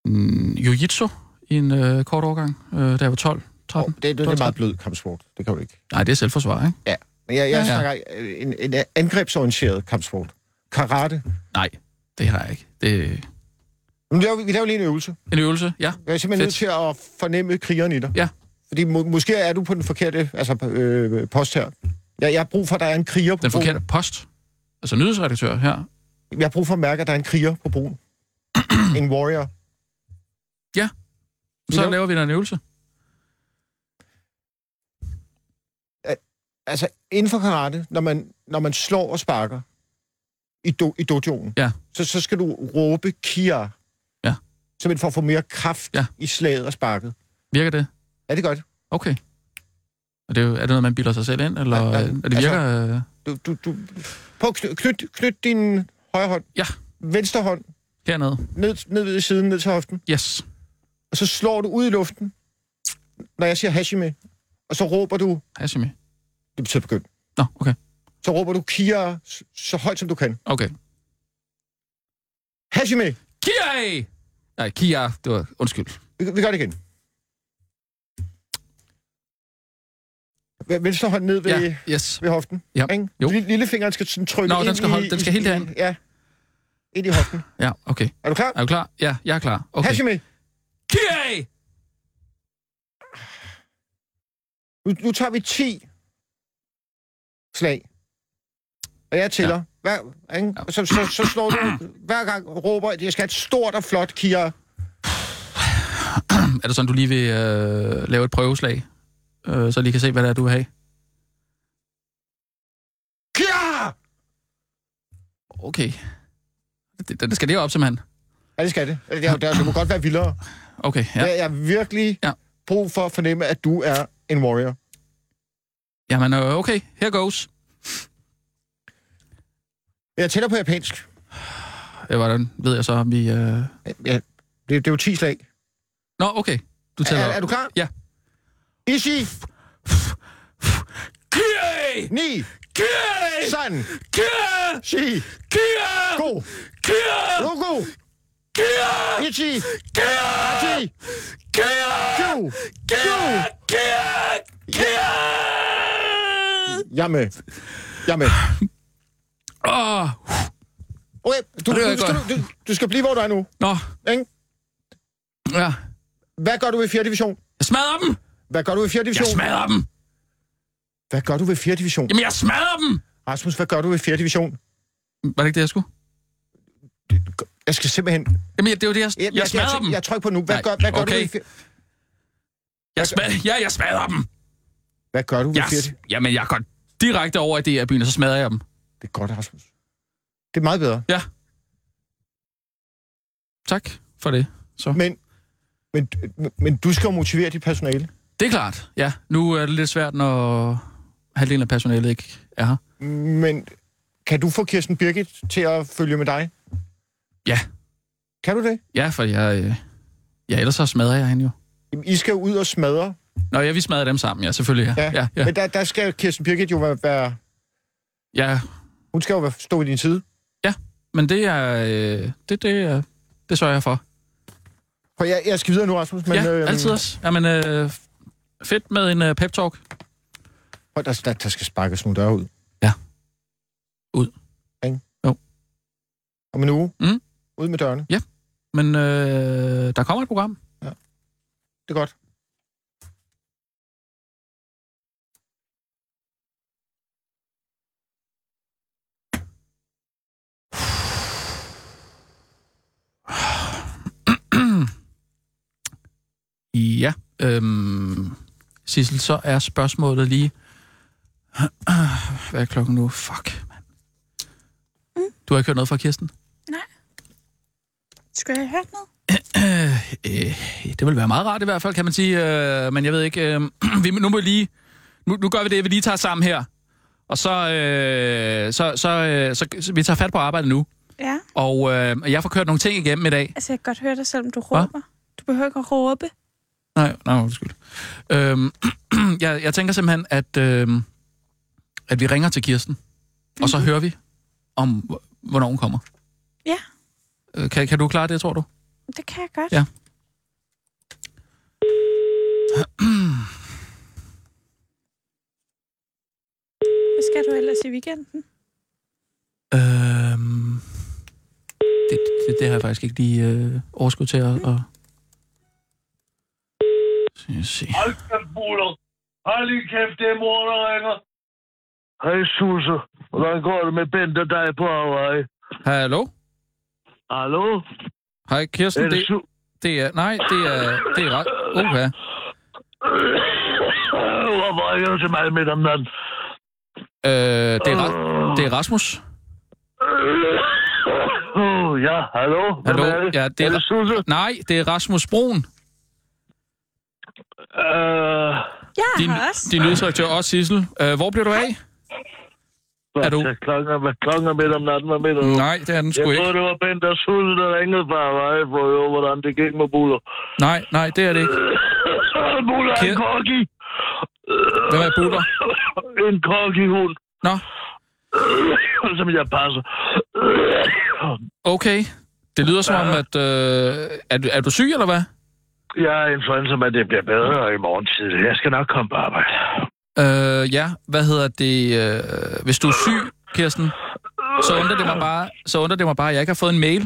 S4: Mm, Jiu-jitsu i en øh, kort årgang, øh, da jeg var 12. 13.
S6: det, det, det er
S4: Godt
S6: meget blød kampsport. Det kan du ikke.
S4: Nej, det er selvforsvar, ikke?
S6: Men jeg, jeg
S4: Ja,
S6: ja,
S4: ja.
S6: snakker øh, en, en angrebsorienteret kampsport. Karate.
S4: Nej, det har jeg ikke. Det er
S6: Nu laver, vi- vi laver lige en øvelse.
S4: en øvelse, ja.
S6: Jeg er simpelthen
S4: Fedt.
S6: nødt til at fornemme krigeren i dig.
S4: Ja.
S6: Fordi må, måske er du på den forkerte altså, øh, post her. Jeg, jeg har brug for, at der er en kriger på
S4: Den
S6: broen.
S4: forkerte post. Altså nyhedsredaktør her.
S6: Jeg har brug for at mærke, at der er en kriger på broen. en warrior.
S4: Så
S6: Jo.
S4: laver vi da en øvelse.
S6: Altså, inden for karate, når man, når man slår og sparker i, do, i dojoen,
S4: Ja.
S6: så, så skal du råbe kia.
S4: Ja.
S6: Simpelthen for at få mere kraft
S4: Ja.
S6: i slaget og sparket.
S4: Virker det?
S6: Er det godt?
S4: Okay. Og det er, jo, er det noget, man bilder sig selv ind, eller
S6: Nej, nej,
S4: øh, og det virker... Altså,
S6: Du, du, du, prøv at kny- knyt, knyt din højre hånd,
S4: ja,
S6: venstre hånd,
S4: hernede.
S6: ned, ned ved siden, ned til hoften,
S4: Yes.
S6: og så slår du ud i luften, når jeg siger hashime, og så råber du,
S4: Hashimi.
S6: det betyder begynd,
S4: Nå, okay.
S6: så råber du kia s- så højt som du kan.
S4: Okay.
S6: Hashime!
S4: Kia! Nej, Kia. Det var... Undskyld.
S6: Vi, vi gør det igen. V- Venstre hånd ned ved, ja.
S4: Ja, yes.
S6: ved hoften.
S4: Ja.
S6: Ikke?
S4: Jo.
S6: Lille, lillefingeren skal sådan trykke
S4: Nå,
S6: ind
S4: den skal
S6: i,
S4: holde- den skal
S6: i,
S4: helt derhen.
S6: i- Ja, ind i hoften.
S4: Ja, okay.
S6: Er du klar?
S4: Er du klar? Ja, jeg er klar. Ah, Okay.
S6: Hashime,
S4: Kia!
S6: nu, nu tager vi 10 slag. Og jeg tæller. Ja. Hver, ikke? Og så, så, så slår du hver gang og råber, at jeg skal have et stort og flot kia.
S4: Er det sådan, du lige vil øh, lave et prøveslag? Øh, så lige kan se, hvad det er, du vil have?
S6: Kia!
S4: Okay. Det, det, skal det op, simpelthen.
S6: Ja, det skal det. Det, det, det, det må godt være vildere.
S4: Okay, ja.
S6: Ja. Jeg, jeg har virkelig
S4: Ja.
S6: ja. brug for at fornemme, at du er en warrior.
S4: Jamen, øh, okay. Here goes.
S6: Jeg tæller på japansk.
S4: Øh, hvordan ved jeg så, om vi... Øh...
S6: Ja, det, det er jo 10 slag.
S4: Nå, okay. Du
S6: Er,
S4: tæller
S6: er, er
S4: op.
S6: du klar?
S4: Ja.
S6: Ishi,
S4: Kia!
S6: ni,
S4: Kia!
S6: san,
S4: Kia!
S6: shi,
S4: Kia!
S6: go,
S4: Kia!
S6: logo,
S4: Kia!
S6: ichi,
S4: Kia!
S6: ti,
S4: Kia!
S6: kyu,
S4: Kia! Kia! Kia!
S6: jamme, jamme.
S4: Åh!
S6: Okay, du,
S4: Det
S6: du,
S4: er
S6: du, skal,
S4: godt.
S6: du, du skal blive, hvor du er nu.
S4: Nå,
S6: Ikke?
S4: ja.
S6: Hvad gør du ved 4. division?
S4: Jeg smadrer dem!
S6: Hvad gør du ved 4.
S4: Jeg
S6: division?
S4: smadrer dem!
S6: Hvad gør du ved 4. division?
S4: Jamen, jeg smadrer dem!
S6: Rasmus, hvad gør du ved 4. division?
S4: Var det ikke det, jeg skulle?
S6: Jeg skal simpelthen...
S4: Jamen, jeg- det var det, jeg, jeg, jeg
S6: jeg,
S4: smadrer dem!
S6: jeg, jeg trykker på nu. Hvad
S4: Nej,
S6: gør, hvad gør
S4: okay.
S6: du ved 4.
S4: Jeg, smadrer, ja, jeg smadrer dem!
S6: Hvad gør du ved
S4: Jeg,
S6: 4.
S4: jamen, jeg går direkte over i DR-byen, og så smadrer jeg dem.
S6: Det er godt, Rasmus. Det er meget bedre.
S4: Ja. Tak for det.
S6: Men, men, men du skal jo motivere dit personale.
S4: Det er klart, ja. Nu er det lidt svært, når halvdelen af personalet ikke er her.
S6: Men kan du få Kirsten Birgit til at følge med dig?
S4: Ja.
S6: Kan du det?
S4: Ja, for jeg... øh, Ja, ellers så smadrer jeg hende jo.
S6: Jamen, I skal jo ud og smadre.
S4: Nå, ja, vi smadrer dem sammen, ja, selvfølgelig. Ja, ja. ja, ja.
S6: Men der, der skal Kirsten Birgit jo være, være...
S4: ja
S6: Hun skal jo være, stå ved din side.
S4: men det er... øh, Det, det, er, det sørger jeg for.
S6: For jeg, jeg skal videre nu, Rasmus. Men, øhm,
S4: Men, ja, øh, altid også. Jamen, øh, fedt med en øh, pep-talk.
S6: Hold, der, der, der skal sparkes nogle døre ud.
S4: Ja. Ud.
S6: Ikke?
S4: Jo.
S6: Om en uge.
S4: Mm.
S6: Ud med dørene.
S4: Men øh, der kommer et program.
S6: Det er godt.
S4: Ja. Øhm, Sissel, så er spørgsmålet lige... Hvad er klokken nu? Fuck, mand. Du har ikke hørt noget fra Kirsten?
S5: Skal jeg høre noget?
S4: Øh, øh, det vil være meget rart i hvert fald, kan man sige. Øh, men jeg ved ikke... Øh, vi, nu må vi lige... Nu, nu gør vi det, at vi lige tager sammen her. Og så, øh, så, så, øh, så, så... Vi tager fat på arbejdet nu.
S5: Ja,
S4: Og øh, jeg får kørt nogle ting igennem i dag.
S5: altså jeg kan godt høre dig, selvom du råber. Du behøver ikke at råbe.
S4: Nej, nej, undskyld. Øhm, jeg, jeg tænker simpelthen, at, øhm, at vi ringer til Kirsten, mm-hmm. og så hører vi om, hv- hvornår hun kommer.
S5: Ja.
S4: Øh, kan, kan du klare det, tror du?
S5: Det kan jeg godt.
S4: Ja.
S5: Hvad skal du ellers i weekenden?
S4: Øhm, det, det, det har jeg faktisk ikke lige øh, overskud til at... at... Skal jeg se.
S7: Hold kæft, Buller. Hold lige kæft, det er mor, der ringer. Hej, Susse. Hvordan går det med Bent og dig på Hawaii?
S4: Hallo?
S7: Hallo?
S4: Hej, Kirsten.
S7: Er det
S4: Det,
S7: Su...
S4: det er... Nej, det er... Det er ret... Oha. Øh,
S7: Hvorfor ringer du til mig midt om natten?
S4: Øh, det, er, Ra- det er Rasmus.
S7: Uh, ja, hallo? Hvem
S4: Hallo?
S7: Er det?
S4: Ja, det er-
S7: er det Susse?
S4: Nej, det er Rasmus Broen.
S7: Øh,
S5: Ja,
S4: din,
S5: her også.
S4: din lyddirektør, også Sissel. Øh, hvor blev du af? Er du-
S7: Jeg klokken, Øh, hvad klokken er midt om natten, hvad mener du?
S4: Nej, det er den sgu
S7: jeg
S4: ikke.
S7: troede, det var Ben, der sultede, der ringede fra vej, for jo, hvordan det gik med Buller.
S4: Nej, nej, det er det ikke.
S7: Buller er en
S4: Ked-
S7: korgi.
S4: Hvem er Buller?
S7: En korgi-hund,
S4: Nå,
S7: som jeg passer.
S4: okay. Det lyder som om, at... Øh, er, du- er du syg, eller hvad?
S7: Jeg er influencer, men det bliver bedre i morgen tidlig. Jeg skal nok komme på arbejde.
S4: Øh, ja, hvad hedder det? Øh, hvis du er syg, Kirsten, så undrer det mig bare, så undrer det mig bare at jeg ikke har fået en mail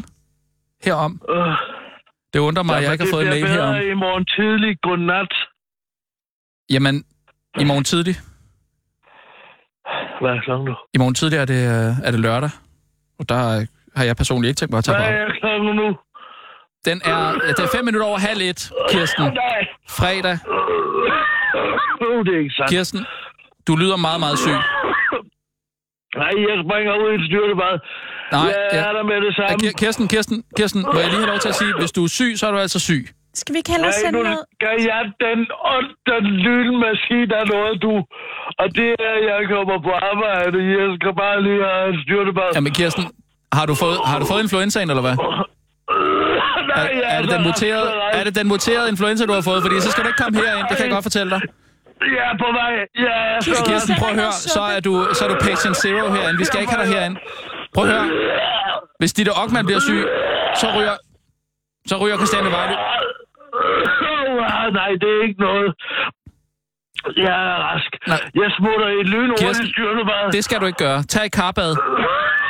S4: herom.
S7: Øh,
S4: Det undrer mig, at jeg ikke har fået en
S7: det
S4: mail
S7: bliver bedre
S4: herom.
S7: i morgen tidlig. Godnat.
S4: Jamen, i morgen tidlig.
S7: Hvad er klokken nu?
S4: I morgen tidlig er det, øh, er det lørdag, og der øh, har jeg personligt ikke tænkt mig at tage
S7: Hvad
S4: på.
S7: er klokken nu?
S4: Den er, ja, det er fem minutter over halv et, Kirsten.
S7: Nej.
S4: Fredag.
S7: Uh, det er ikke sandt.
S4: Kirsten, du lyder meget, meget syg.
S7: Nej, jeg springer ud i et styrtebad.
S4: Nej,
S7: jeg
S4: ja.
S7: er der med det
S4: Ja,
S7: samme.
S4: Ki- Kirsten, Kirsten, Kirsten, må jeg lige have lov til at sige, hvis du er syg, så er du altså syg.
S5: Skal vi ikke hellere
S7: Nej,
S5: sende
S7: nu
S5: noget?
S7: skal jeg den onde lynmaskine af noget, du. Og det er, jeg kommer på arbejde. Jeg skal bare lige have en styrtebad.
S4: Jamen Kirsten, har du fået, har du fået influenzaen, eller hvad?
S7: Nej,
S4: Er,
S7: jeg
S4: er, det den
S7: så
S4: muterede,
S7: rastløs.
S4: er det den muterede influenza, du har fået? Fordi så skal du ikke komme herind, det kan jeg godt fortælle dig.
S7: Jeg er på vej. Jeg er så
S5: Kirsten,
S4: Kirsten,
S7: rastløs.
S4: prøv at høre, så er du, så er du patient zero herinde. Vi skal ikke have dig herinde. Prøv at høre. Hvis Ditte Ockmann bliver syg, så ryger, så ryger Christiane Vejle.
S7: Åh, ah, Nej, det er ikke noget. Jeg er rask.
S4: Nej.
S7: Jeg smutter i et lynhurtigt
S4: Kirsten,
S7: styrtebad.
S4: Det skal du ikke gøre. Tag et karbad.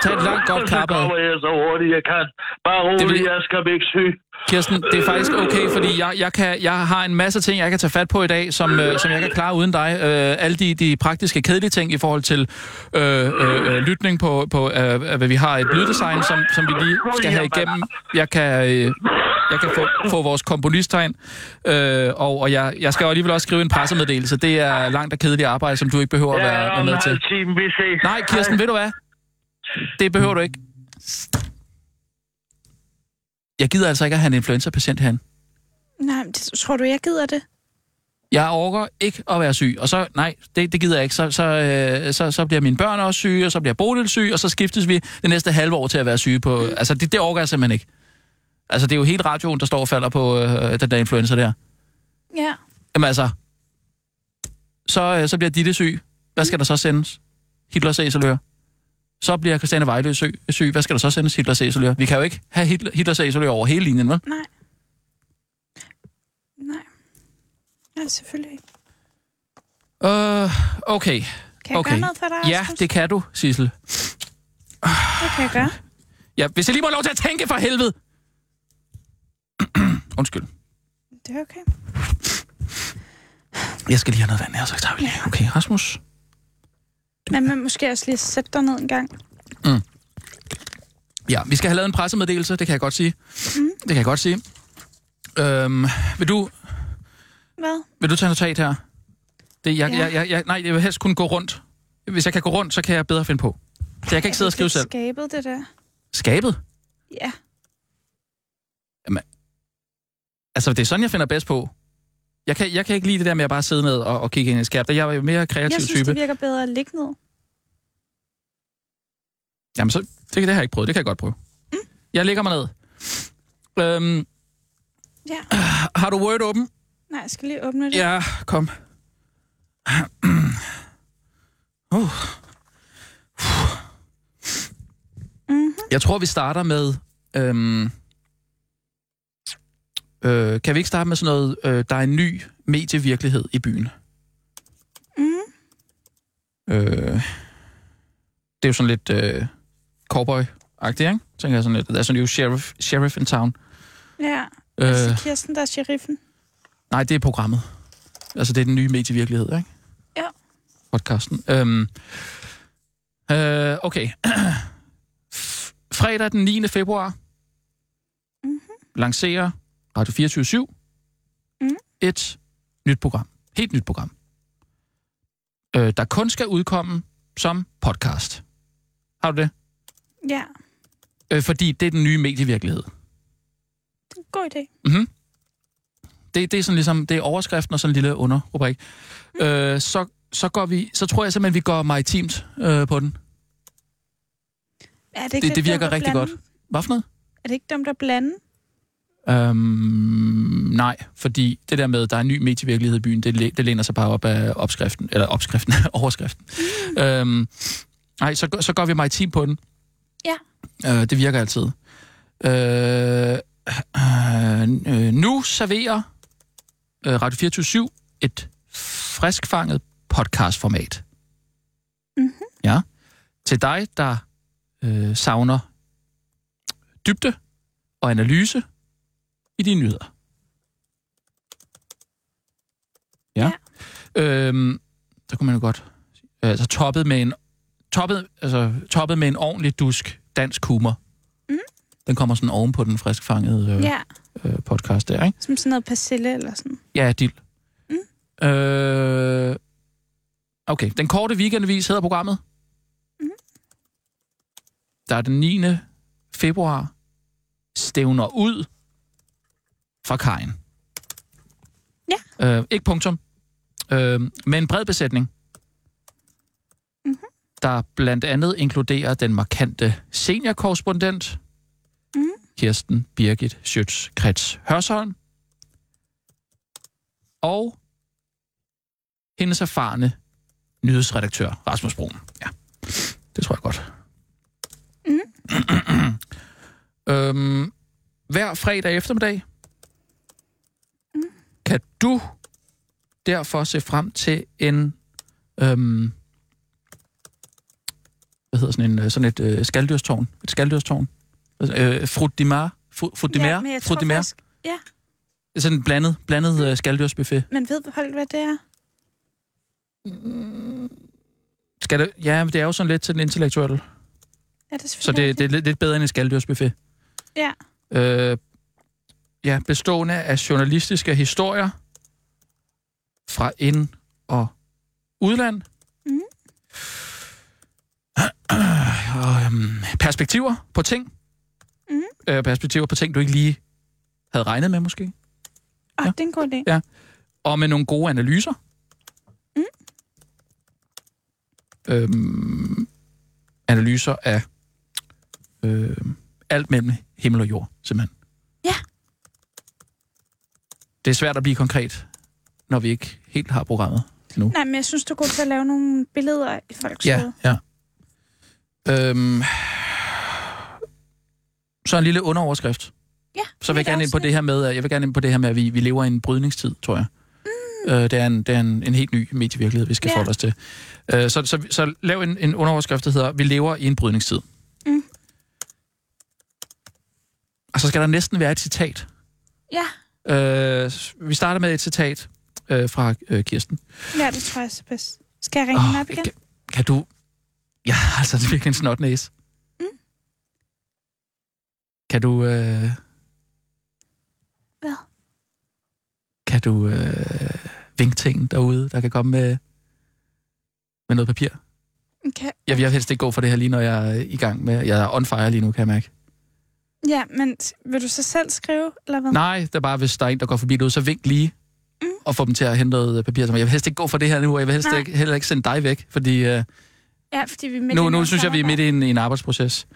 S4: Tag et langt godt
S7: Så
S4: karbad.
S7: kommer jeg så hurtigt, jeg kan. Bare rolig,
S4: Det vil-
S7: jeg skal ikke syg.
S4: Kirsten, det er faktisk okay, fordi jeg, jeg, kan, jeg har en masse ting, jeg kan tage fat på i dag, som, øh, som jeg kan klare uden dig. Øh, alle de, de praktiske, kedelige ting i forhold til øh, øh, øh, lytning på, på øh, hvad vi har et lyddesign, som, som vi lige skal have igennem. Jeg kan, øh, jeg kan få, få vores komponist herind, øh, og, og jeg, jeg skal jo alligevel også skrive en pressemeddelelse. Det er langt og kedeligt arbejde, som du ikke behøver at
S7: Jeg
S4: være,
S7: er
S4: være
S7: om
S4: med
S7: en halv
S4: til.
S7: time, vi ses.
S4: Nej, Kirsten, ved du hvad? Det behøver du ikke. Jeg gider altså ikke at have en influenza-patient herinde.
S5: Nej, men det, tror du, jeg gider det?
S4: Jeg overgår ikke at være syg. Og så, nej, det, det gider jeg ikke. Så, så, øh, så, så bliver mine børn også syge, og så bliver Bodil syg, og så skiftes vi det næste halve år til at være syge på... Altså, det, det overgår jeg simpelthen ikke. Altså, det er jo helt radioen, der står og falder på øh, den der influencer der.
S5: Ja.
S4: Jamen altså, så, øh, så bliver Ditte syg. Hvad skal der så sendes? Hitler Cæselør. Så bliver Christiane Vejlø syg. syg. Hvad skal der så sendes? Hitler Cæselør. Vi kan jo ikke have Hitler, Hitler Cæselør over hele linjen, vel?
S5: Nej. Nej. Nej, selvfølgelig ikke.
S4: Øh, okay.
S5: Kan jeg
S4: Okay.
S5: gøre noget for dig,
S4: Ja,
S5: Rasmus?
S4: det kan du, Sissel.
S5: det kan jeg gøre.
S4: Ja, hvis jeg lige må have lov til at tænke for helvede. Undskyld.
S5: Det er okay.
S4: Jeg skal lige have noget vand her, så tager vi lige. Okay, Rasmus.
S5: Men man måske også lige sætte dig ned en gang.
S4: Ja, vi skal have lavet en pressemeddelelse, det kan jeg godt sige. Mm. Det kan jeg godt sige. Øhm, vil, du,
S5: Hvad?
S4: vil du tage notat her? Det, jeg,
S5: Ja.
S4: ja. jeg, jeg, jeg, nej, jeg vil helst kun gå rundt. Hvis jeg kan gå rundt, så kan jeg bedre finde på. Så jeg kan ikke sidde og skrive selv.
S5: Skabet det der.
S4: Skabet?
S5: Ja.
S4: Altså, det er sådan, jeg finder bedst på. Jeg kan, jeg kan ikke lide det der med at bare sidde ned og, og kigge ind i et skab. Jeg er jo mere kreativ
S5: Jeg synes,
S4: type.
S5: det virker bedre at ligge ned.
S4: Jamen, så, det, det har jeg ikke prøvet. Det kan jeg godt prøve. Mm. Jeg lægger mig ned. Øhm,
S5: Ja.
S4: har du Word åben?
S5: Nej, jeg skal lige åbne det.
S4: Ja, kom. Uh.
S5: Mhm.
S4: Jeg tror, vi starter med... Øhm, øh, kan vi ikke starte med sådan noget, øh, der er en ny medievirkelighed i byen?
S5: Mhm.
S4: Øh, det er jo sådan lidt øh, cowboy-agtigt, ikke? Tænker jeg sådan lidt. Der er sådan jo sheriff, sheriff in town.
S5: ja.
S4: Øh,
S5: Altså Kirsten, der er sheriffen.
S4: Nej, det er programmet. Altså, det er den nye medievirkelighed, ikke?
S5: Ja.
S4: Podcasten. Øhm, øh, okay. F- Fredag den 9. februar
S5: Mhm.
S4: lancerer Radio 24
S5: Mhm.
S4: et nyt program. Helt nyt program. Øh, der kun skal udkomme som podcast. Har du det?
S5: Ja.
S4: Øh, fordi det er den nye medievirkelighed.
S5: God idé.
S4: Det, det er sådan ligesom, det er overskriften og sådan en lille underrubrik. Øh, så, så går vi, så tror jeg simpelthen, vi går maritimt øh, på den.
S5: Er
S4: Det, det,
S5: ikke lidt
S4: det
S5: dumt
S4: virker
S5: at
S4: rigtig
S5: blande?
S4: godt. Hvad for noget?
S5: Er det ikke dumt at blande?
S4: Øhm, nej, fordi det der med, at der er en ny medievirkelighed i byen, det, læ- det læner sig bare op af opskriften, eller opskriften, overskriften. Mm. Øhm, nej, så, gør- så går vi maritim på den.
S5: Ja.
S4: Øh, det virker altid. Øh, øh, øh, nu serverer øh, Radio 24 et friskfanget podcastformat.
S5: Mhm.
S4: Ja. Til dig, der øh, savner dybde og analyse, i dine nyheder. Ja. ja. Øhm, der kunne man jo godt... Altså toppet med en, toppet, altså, toppet med en ordentlig dusk dansk humor.
S5: Mhm.
S4: Den kommer sådan oven på den friskfangede øh, ja.
S5: Ja,
S4: øh, podcast der, ikke?
S5: som sådan noget persille eller sådan.
S4: Ja, Dil. Mm. Øh, okay, den korte weekendavis hedder programmet. Mm-hmm.
S5: Mhm.
S4: Der er den 9. februar stævner ud fra kajen. Ja. Øh, ikke punktum. Øh, med en bred besætning. Mm-hmm.
S5: Mhm.
S4: Der blandt andet inkluderer den markante seniorkorrespondent,
S5: Mhm.
S4: Mm-hmm. Kirsten Birgit Schøtz-Krets Hørsholm, og hendes erfarne nyhedsredaktør, Rasmus Brun. Ja, det tror jeg godt.
S5: Mhm.
S4: øhm, hver fredag eftermiddag
S5: Mm-hmm.
S4: kan du derfor se frem til en... Øhm, hvad hedder sådan, en, øh, sådan et øh, skaldyrstårn? Et skaldyrstårn? Øh, Frut de Mar? Fru- Frut de Mer?
S5: ja, men jeg
S4: Frut
S5: tror
S4: de Mer?
S5: faktisk,
S4: Sådan en blandet, blandet øh, skaldyrsbuffet.
S5: man ved holdt, hvad det er.
S4: Skal det, ja, men det er jo sådan lidt til den intellektuelle.
S5: Ja, det er
S4: Så det, det er lidt, lidt bedre end en skaldyrsbuffet.
S5: Ja.
S4: Øh, ja, bestående af journalistiske historier fra ind- og udland.
S5: Mhm.
S4: Og, øhm, perspektiver på ting.
S5: Mhm.
S4: Øh, perspektiver på ting, du ikke lige havde regnet med, måske.
S5: Åh,
S4: ja.
S5: det er en god idé.
S4: og med nogle gode analyser.
S5: Mm.
S4: Øhm, analyser af øh, alt mellem himmel og jord, simpelthen.
S5: Ja.
S4: Det er svært at blive konkret, når vi ikke helt har programmet.
S5: Nej, men jeg synes, du er god til at lave nogle billeder i folks hoved.
S4: ja. Øhm, så en lille underoverskrift.
S5: Ja,
S4: Så vil jeg
S5: lidt
S4: gerne ind på
S5: afsnit.
S4: det her med, at- jeg vil gerne ind på det her med, at vi, vi lever i en brydningstid, tror jeg. Mm. Øh, det er, en, det er en, en helt ny medievirkelighed, vi skal
S5: Ja.
S4: ja. forholde os til. Øh, så, så, så lav en, en underoverskrift, der hedder, vi lever i en brydningstid.
S5: Mm.
S4: Og så skal der næsten være et citat.
S5: Ja.
S4: Øh, s- vi starter med et citat øh, fra øh, Kirsten.
S5: Ja, det tror jeg så bedst. Skal jeg ringe hende op igen?
S4: Kan, kan du... Ja, altså, det er virkelig en snot næse.
S5: Mm.
S4: Kan du... Øh...
S5: Hvad?
S4: Kan du øh... vinke ting derude, der kan komme med, med noget papir?
S5: Okay.
S4: Jeg vil helst ikke gå for det her lige, når jeg er i gang med... Jeg er on fire lige nu, kan jeg mærke.
S5: Ja, men t- vil du så selv skrive, eller hvad?
S4: Nej, det er bare, hvis der er en, der går forbi derude, så vink lige
S5: Mm.
S4: og få dem til at hente noget papir. til mig. Jeg vil helst ikke gå for det her nu, og jeg vil helst
S5: Nej.
S4: ikke, heller ikke sende dig væk, fordi øh,
S5: Ja, fordi vi er midt i
S4: nu, nu
S5: noget
S4: synes jeg, vi er midt i en, i en arbejdsproces.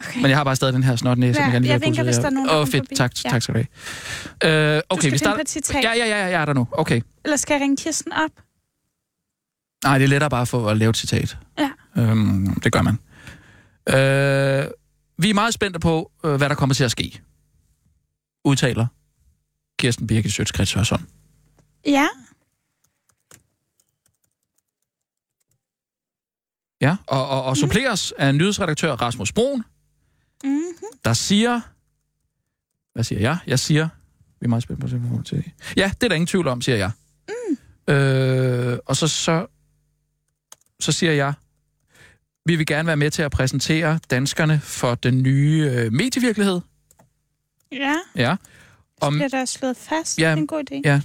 S5: Okay.
S4: Men jeg har bare stadig den her snot næse,
S5: Ja,
S4: som jeg gerne lige
S5: jeg
S4: vil have
S5: vinker,
S4: pusset
S5: hvis
S4: her.
S5: der er nogen, der
S4: Åh,
S5: kommer
S4: fedt.
S5: forbi.
S4: Tak,
S5: Ja.
S4: tak skal du have. Øh,
S5: Du
S4: okay,
S5: skal
S4: vi
S5: finde
S4: starter...
S5: på et citat.
S4: Ja, ja, ja, ja, jeg er der nu. Okay.
S5: Eller skal jeg ringe Kirsten op?
S4: Nej, det er lettere bare for at lave et citat.
S5: Ja.
S4: Øhm, det gør man. Øh, vi er meget spændte på, øh, hvad der kommer til at ske. Udtaler Kirsten Birke Sjøtskrets Hørsholm.
S5: Ja.
S4: Ja, og, og, og suppleres mm. af nyhedsredaktør Rasmus Broen,
S5: Mm-hmm.
S4: der siger... Hvad siger jeg? Jeg siger... Vi er meget spændte på, hvad der kommer til. Ja, det er der ingen tvivl om, siger jeg. Mm. Øh, og så, så, så siger jeg... Vi vil gerne være med til at præsentere danskerne for den nye øh, medievirkelighed.
S5: Ja,
S4: Ja.
S5: så
S4: Og,
S5: bliver der slået fast.
S4: Ja,
S5: det er en god idé.
S4: ja.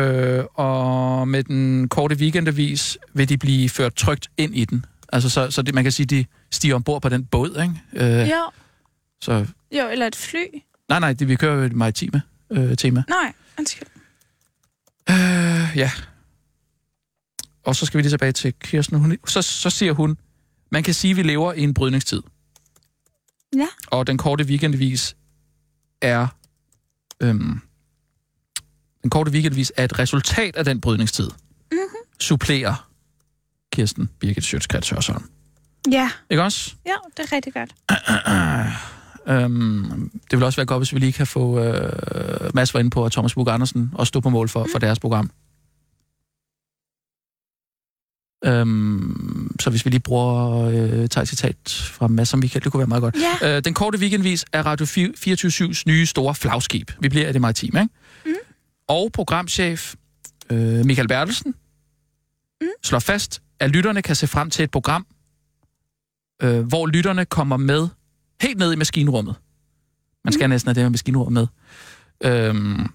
S4: øh, og med den korte weekendavis vil de blive ført trygt ind i den. Altså, så, så det, man kan sige, de stiger ombord på den båd, ikke? Øh,
S5: Jo,
S4: Så
S5: jo, eller et fly.
S4: Nej, nej, det, vi kører jo et maritime øh, tema.
S5: Nej, undskyld.
S4: Øh, ja. Og så skal vi lige tilbage til Kirsten. Hun, så, så siger hun, man kan sige, at vi lever i en brydningstid.
S5: Ja.
S4: Og den korte weekendvis er... Øhm, den korte weekendvis er et resultat af den brydningstid. Mm-hmm. Supplerer Kirsten Birgit Sjøtskrets Hørsholm.
S5: Ja,
S4: Ikke også?
S5: ja, det er rigtig godt.
S4: Øhm, det vil også være godt, hvis vi lige kan få øh, Mads var inde på, at Thomas Bug Andersen også stod på mål for, for deres program. Øhm, så hvis vi lige bruger øh, tager et citat fra Mads og Michael, det kunne være meget godt.
S5: Ja,
S4: Øh, den korte weekendvis er Radio 24-7's nye store flagskib. Vi bliver af det maritime, ikke?
S5: Mhm.
S4: Og programchef øh, Michael Bertelsen
S5: Mhm.
S4: slår fast, at lytterne kan se frem til et program, øh, hvor lytterne kommer med helt ned i maskinrummet. Man skal næsten have det med maskinrummet med. Øhm,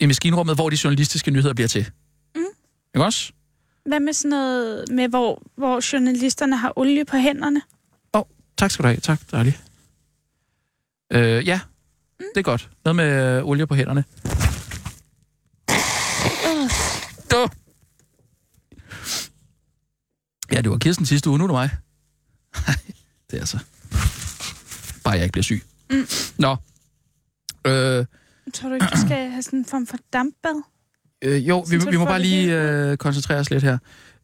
S4: I maskinrummet, hvor de journalistiske nyheder bliver til.
S5: Mhm.
S4: Ikke også?
S5: hvad med sådan noget med, hvor, hvor journalisterne har olie på hænderne?
S4: Tak skal du have. Tak, dejligt. Øh, ja, mm. det er godt. Noget med øh, olie på hænderne. Du. Ja, det var Kirsten sidste uge. Nu er det mig. Ej, det er så. Bare jeg ikke bliver syg.
S5: Mm.
S4: Nå. Øh,
S5: Tror du ikke, du skal have sådan en form for dampbad?
S4: øh, jo, vi,
S5: Sådan, så
S4: vi
S5: du
S4: må
S5: får
S4: bare
S5: det
S4: lige
S5: hele
S4: øh, koncentrere os lidt her.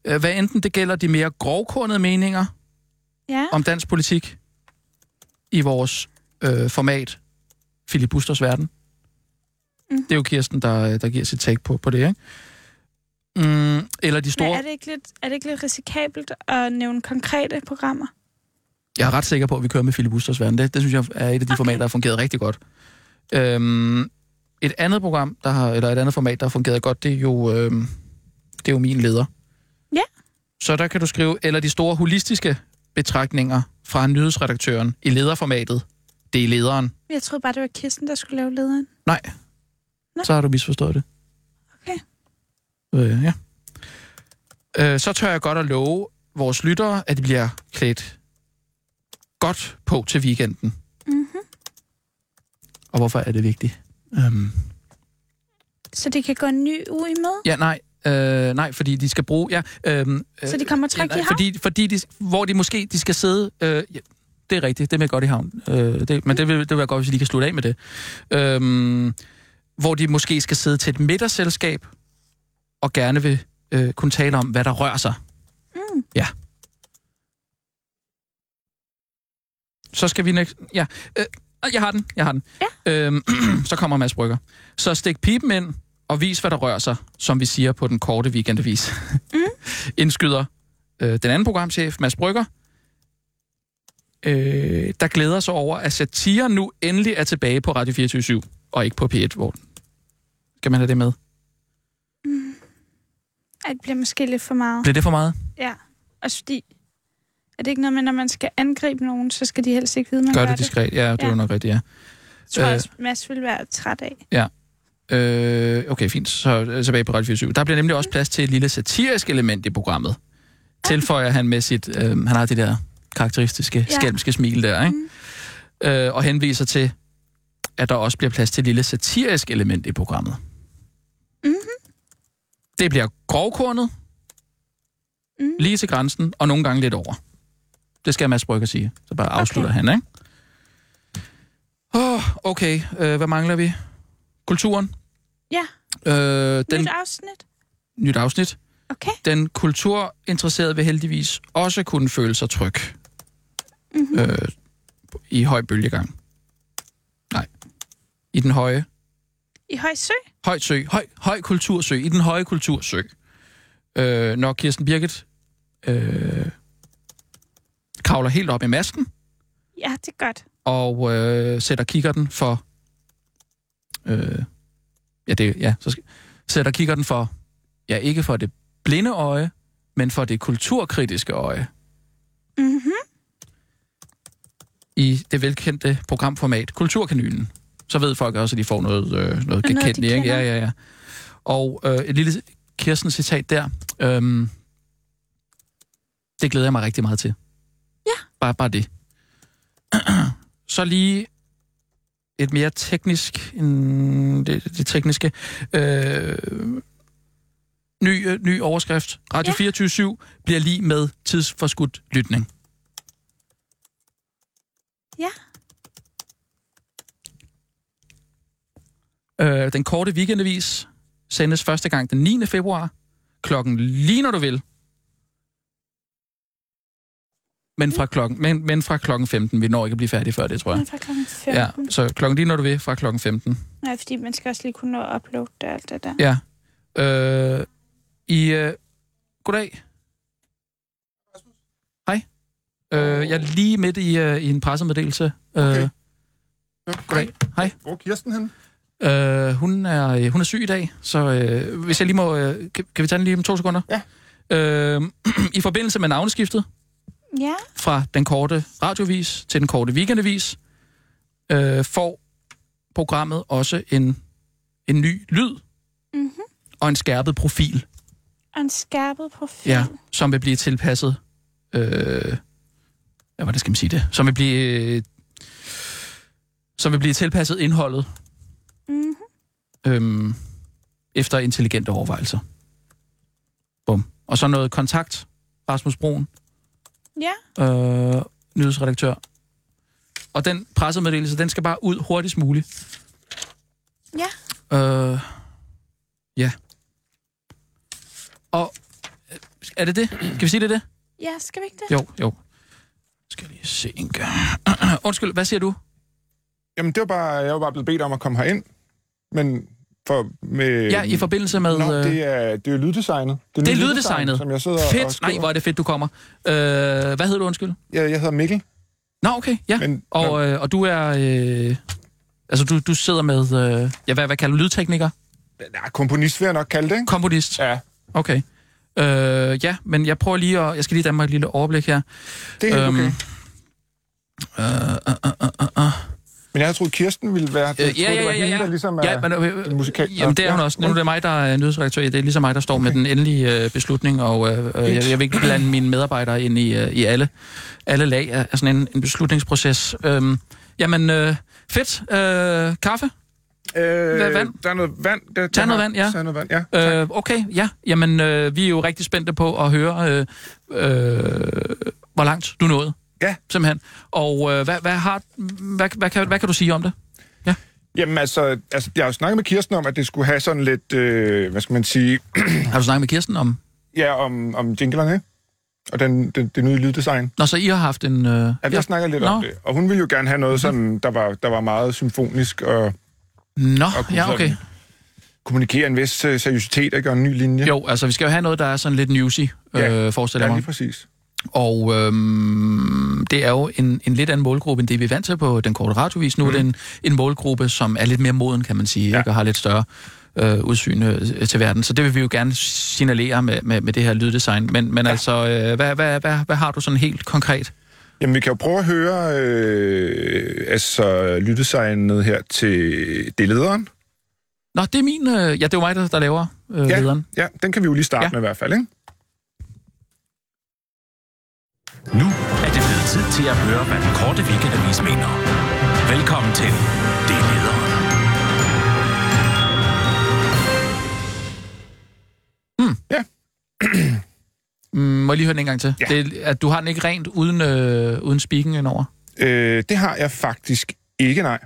S4: Øh, Hvad enten det gælder de mere grovkornede meninger,
S5: Ja,
S4: om dansk politik i vores øh, format Philip Busters Verden. Mm.
S5: Mhm.
S4: Det er jo Kirsten, der, der giver sit take på, på det, ikke? Mm, eller de
S5: men
S4: store...
S5: er det, ikke lidt, er det ikke lidt risikabelt at nævne konkrete programmer?
S4: Jeg er ret sikker på, at vi kører med Philip Busters Verden. Det, det synes jeg er et af de okay. formater, der har fungeret rigtig godt. Øhm, et andet program, der har, eller et andet format, der har fungeret godt, det er jo, øhm, det er jo min leder.
S5: Ja.
S4: Så der kan du skrive, eller de store holistiske betragtninger fra nyhedsredaktøren i lederformatet. Det er lederen.
S5: Jeg troede bare, det var Kirsten, der skulle lave lederen.
S4: Nej.
S5: Nå.
S4: Så har du misforstået det.
S5: Okay.
S4: Øh, ja. Øh, så tør jeg godt at love vores lyttere, at de bliver klædt godt på til weekenden.
S5: Mm-hmm.
S4: Og hvorfor er det vigtigt? Øhm,
S5: Så de kan gå en ny uge i møde?
S4: ja, nej. Øh, nej, fordi de skal bruge... Ja, øhm, øh,
S5: Så de kommer trygt i havn?
S4: Fordi, fordi de, hvor de måske de skal sidde... Øh, ja, det er rigtigt, det er med godt i havn. Øh, det, men det vil, det vil være godt, hvis vi lige kan slutte af med det. Øhm, hvor de måske skal sidde til et middagsselskab, og gerne vil øh, kunne tale om, hvad der rører sig.
S5: Mm.
S4: Så skal vi næste... Ja, øh, jeg har den, jeg har den. Ja. Øhm, så kommer Mads Brygger. Så stik pipen ind og vis, hvad der rører sig, som vi siger på den korte weekendavis.
S5: Mm.
S4: Indskyder øh, den anden programchef, Mads Brygger, øh, der glæder sig over, at satire nu endelig er tilbage på Radio 24 og ikke på P1, hvor den- Skal man have det med?
S5: Mm. Ej, det bliver måske lidt for meget.
S4: Bliver det for meget?
S5: Ja, også fordi... Er det ikke noget med, når man skal angribe nogen, så skal de helst ikke vide, man
S4: Gør det diskret. Ja, det er jo
S5: Ja.
S4: nok rigtigt, ja.
S5: Det tror jeg
S4: Øh.
S5: også, Mads ville være træt af.
S4: Øh, okay, fint. Så øh, tilbage på Radio 24 Der bliver nemlig også plads til et lille satirisk element i programmet. Tilføjer han med sit... Øh, han har det der karakteristiske
S5: Ja.
S4: skælmske smil der,
S5: Mm.
S4: ikke? Øh, og henviser til, at der også bliver plads til et lille satirisk element i programmet.
S5: Mhm.
S4: Mm-hmm. Det bliver grovkornet,
S5: Mm.
S4: lige til grænsen, og nogle gange lidt over. Det skal Mads Brygger sige. Så bare afslutter okay. han, ikke? Åh, oh, okay. Øh, hvad mangler vi? Kulturen?
S5: Ja.
S4: Øh, den, nyt,
S5: Den... Nyt afsnit.
S4: nyt afsnit.
S5: Okay.
S4: Den kulturinteresserede vil heldigvis også kunne føle sig tryg.
S5: Mhm.
S4: Øh, I høj bølgegang. Nej. I den høje
S5: I Højsø?
S4: Højt sø. Høj, høj kultursø. I den høje kultursø. Øh, når Kirsten Birgit øh, kravler helt op i masken
S5: Ja, det er godt.
S4: og øh, sætter kikkerten for... Øh, ja, det, ja, så skal, sætter kikkerten for... Ja, ikke for det blinde øje, men for det kulturkritiske øje
S5: Mm-hmm.
S4: i det velkendte programformat Kulturkanylen. Så ved folk også, at de får noget, øh, noget
S5: de
S4: gekendt, ikke?
S5: kender.
S4: Ja, ja, ja. Og øh, et lille Kirsten citat der. Øhm, det glæder jeg mig rigtig meget til.
S5: Ja.
S4: Bare, bare det. Så lige et mere teknisk end det, det tekniske. Øh, ny, øh, ny overskrift. Radio
S5: Ja.
S4: ja. 24-7 bliver lige med tidsforskudt lytning.
S5: Ja.
S4: Øh, den korte weekendavis sendes første gang den 9. februar, klokken lige når du vil. Men
S5: Mm.
S4: fra klokken, men, men fra klokken 15. Vi når ikke at blive færdige før det, tror jeg.
S5: Men fra klokken 15.
S4: Ja,
S5: Mm, Ja.
S4: så klokken lige når du vil, fra klokken 15.
S5: Nej, fordi man skal også lige kunne nå at uploade det og alt det der.
S4: Ja. Øh, I... Øh, goddag. Hej. Øh, jeg er lige midt i, øh, i en pressemeddelelse. Okay. Øh, goddag. Hej.
S8: Hvor er Kirsten hen?
S4: Øh, hun, er, øh, hun er syg i dag, så øh, hvis jeg lige må... Øh, kan, kan vi tage den lige om to sekunder?
S8: Ja.
S4: Øh, I forbindelse med navneskiftet,
S5: Ja.
S4: fra den korte radiovis til den korte weekendavis, øh, får programmet også en, en ny lyd
S5: Mhm.
S4: og en skærpet profil,
S5: Og en skærpet profil.
S4: ja, som vil blive tilpasset... Øh, ja, hvordan skal man sige det? Som vil blive... Øh, som vil blive tilpasset indholdet
S5: Mhm.
S4: øh, efter intelligente overvejelser. Bum. Og så noget kontakt, Rasmus Broen,
S5: Ja.
S4: øh, nyhedsredaktør. Og den pressemeddelelse, den skal bare ud hurtigst muligt. Ja. Øh, ja. Og øh, er det det? Kan vi sige, det er det?
S5: Ja, skal vi ikke det?
S4: Jo, jo. Skal jeg lige se en gang. Undskyld, hvad siger du?
S8: Jamen, det var bare, jeg var bare blevet bedt om at komme herind. Men for, med...
S4: Ja, i forbindelse med...
S8: Øhm, Nå,
S4: øh,
S8: det er, det er lyddesignet.
S4: det er
S8: nyt
S4: lyddesignet.
S8: Som jeg sidder og
S4: Fedt.
S8: skriver.
S4: Nej, hvor er det fedt, du kommer. Øh, hvad hedder du, undskyld?
S8: Jeg, jeg hedder Mikkel,
S4: Nå, okay, ja.
S8: men... Nå,
S4: Og, øh, og du er... Øh, altså, du, du sidder med... Øh, ja, hvad, hvad kalder du lydtekniker?
S8: nej, komponist vil jeg nok kalde det, ikke?
S4: Komponist?
S8: Ja,
S4: Okay. Øh, ja, men jeg prøver lige at... Jeg skal lige danne mig et lille overblik her.
S8: det er
S4: Øhm,
S8: helt okay.
S4: Øh, øh, øh, øh, øh.
S8: Men jeg havde troet, Kirsten ville være...
S4: Øh,
S8: Jeg troede, det var hende, der ligesom er...
S4: ja, men, øh,
S8: en musikal-
S4: Jamen, det er
S8: Nå,
S4: hun
S8: ja,
S4: også. Nu er det mig, der er nyhedsredaktør. Det er ligesom mig, der står med den endelige øh, beslutning, og øh, øh, jeg, jeg vil ikke blande mine medarbejdere ind i, øh, i alle, alle lag af, af sådan en, en beslutningsproces. Øhm, jamen, øh, fedt. Øh, kaffe? Hvad
S8: Øh,
S4: vand?
S8: Der er noget vand. Der,
S4: Tag noget vand, ja.
S8: Tag noget vand, ja.
S4: Øh, okay, ja. Jamen, øh, vi er jo rigtig spændte på at høre, øh, øh, hvor langt du nåede.
S8: Ja.
S4: Simpelthen. Og øh, hvad, hvad, har, hvad, hvad, kan, hvad kan du sige om det?
S8: Jamen altså, altså, jeg har jo snakket med Kirsten om, at det skulle have sådan lidt, øh, hvad skal man sige,
S4: Har du snakket med Kirsten om...
S8: ja, om, om jinglerne, og den, den, det nye lyddesign.
S4: Nå, så I har haft en... Øh,
S8: At jeg snakker lidt
S4: Nå. Mhm.
S8: Nå. om det. Og hun ville jo gerne have noget sådan, der var, der var meget symfonisk og
S4: Nå,
S8: og kunne
S4: ja, okay.
S8: sådan- kommunikere en vis øh, seriøsitet og gøre en ny linje.
S4: Jo, altså, vi skal jo have noget, der er sådan lidt newsy, øh,
S8: Ja.
S4: forestiller
S8: ja,
S4: jeg
S8: lige
S4: mig.
S8: præcis.
S4: Og øhm, det er jo en, en lidt anden målgruppe, end det vi er vant til på den korte radiovis. Nu mm. er det en, en målgruppe, som er lidt mere moden, kan man sige, ja. ikke? og har lidt større øh, udsyn øh, til verden. Så det vil vi jo gerne signalere med, med, med det her lyddesign. Men, men ja. altså, øh, hvad, hvad, hvad, hvad har du sådan helt konkret?
S8: Jamen, vi kan jo prøve at høre øh, altså, lyddesignet her til det er lederen.
S4: Nå, det er min... Øh, ja, det er jo mig, der, der laver øh, ja. lederen.
S8: Ja, den kan vi jo lige starte
S4: Ja.
S8: ja. med i hvert fald, ikke?
S9: Nu er det blevet tid til at høre, hvad den korte weekendavis mener. Velkommen til Det er lederen.
S4: Mm, må jeg lige høre den en gang til?
S8: Ja.
S4: Det, er- at du har den ikke rent uden, øh, uden speaking indover?
S8: Øh, det har jeg faktisk ikke, nej.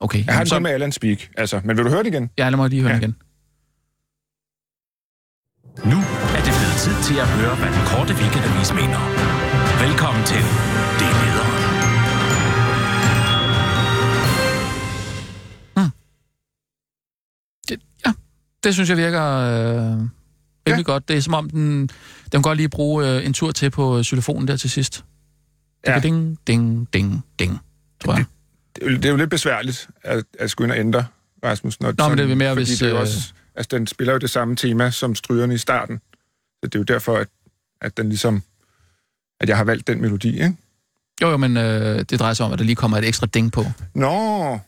S4: Okay,
S8: Jeg har
S4: jamen,
S8: det
S4: så,
S8: så... med Alan Speak, altså. Men vil du høre det igen?
S4: ja, lad mig lige høre ja.
S8: Ja.
S4: den igen.
S9: Nu er det blevet tid til at høre, hvad den korte weekendavis mener. Velkommen til Det er lederen.
S4: Det synes jeg virker øh, rimelig ja.
S8: Ja.
S4: godt. Det er som om, den, den kan godt lige bruge øh, en tur til på øh, xylofonen der til sidst. Ja.
S8: Ja.
S4: Ding, ding, ding, ding, tror jeg.
S8: det, er jo- det er jo lidt besværligt at, at skulle ind og ændre Rasmus. Når,
S4: men det er mere,
S8: fordi
S4: hvis,
S8: Det er jo
S4: øh,
S8: også, altså, den spiller jo det samme tema som strygerne i starten. Så det er jo derfor, at, at den ligesom at jeg har valgt den melodi, ikke?
S4: Jo, jo, men øh, det drejer sig om, at der lige kommer et ekstra ding på.
S8: Nå,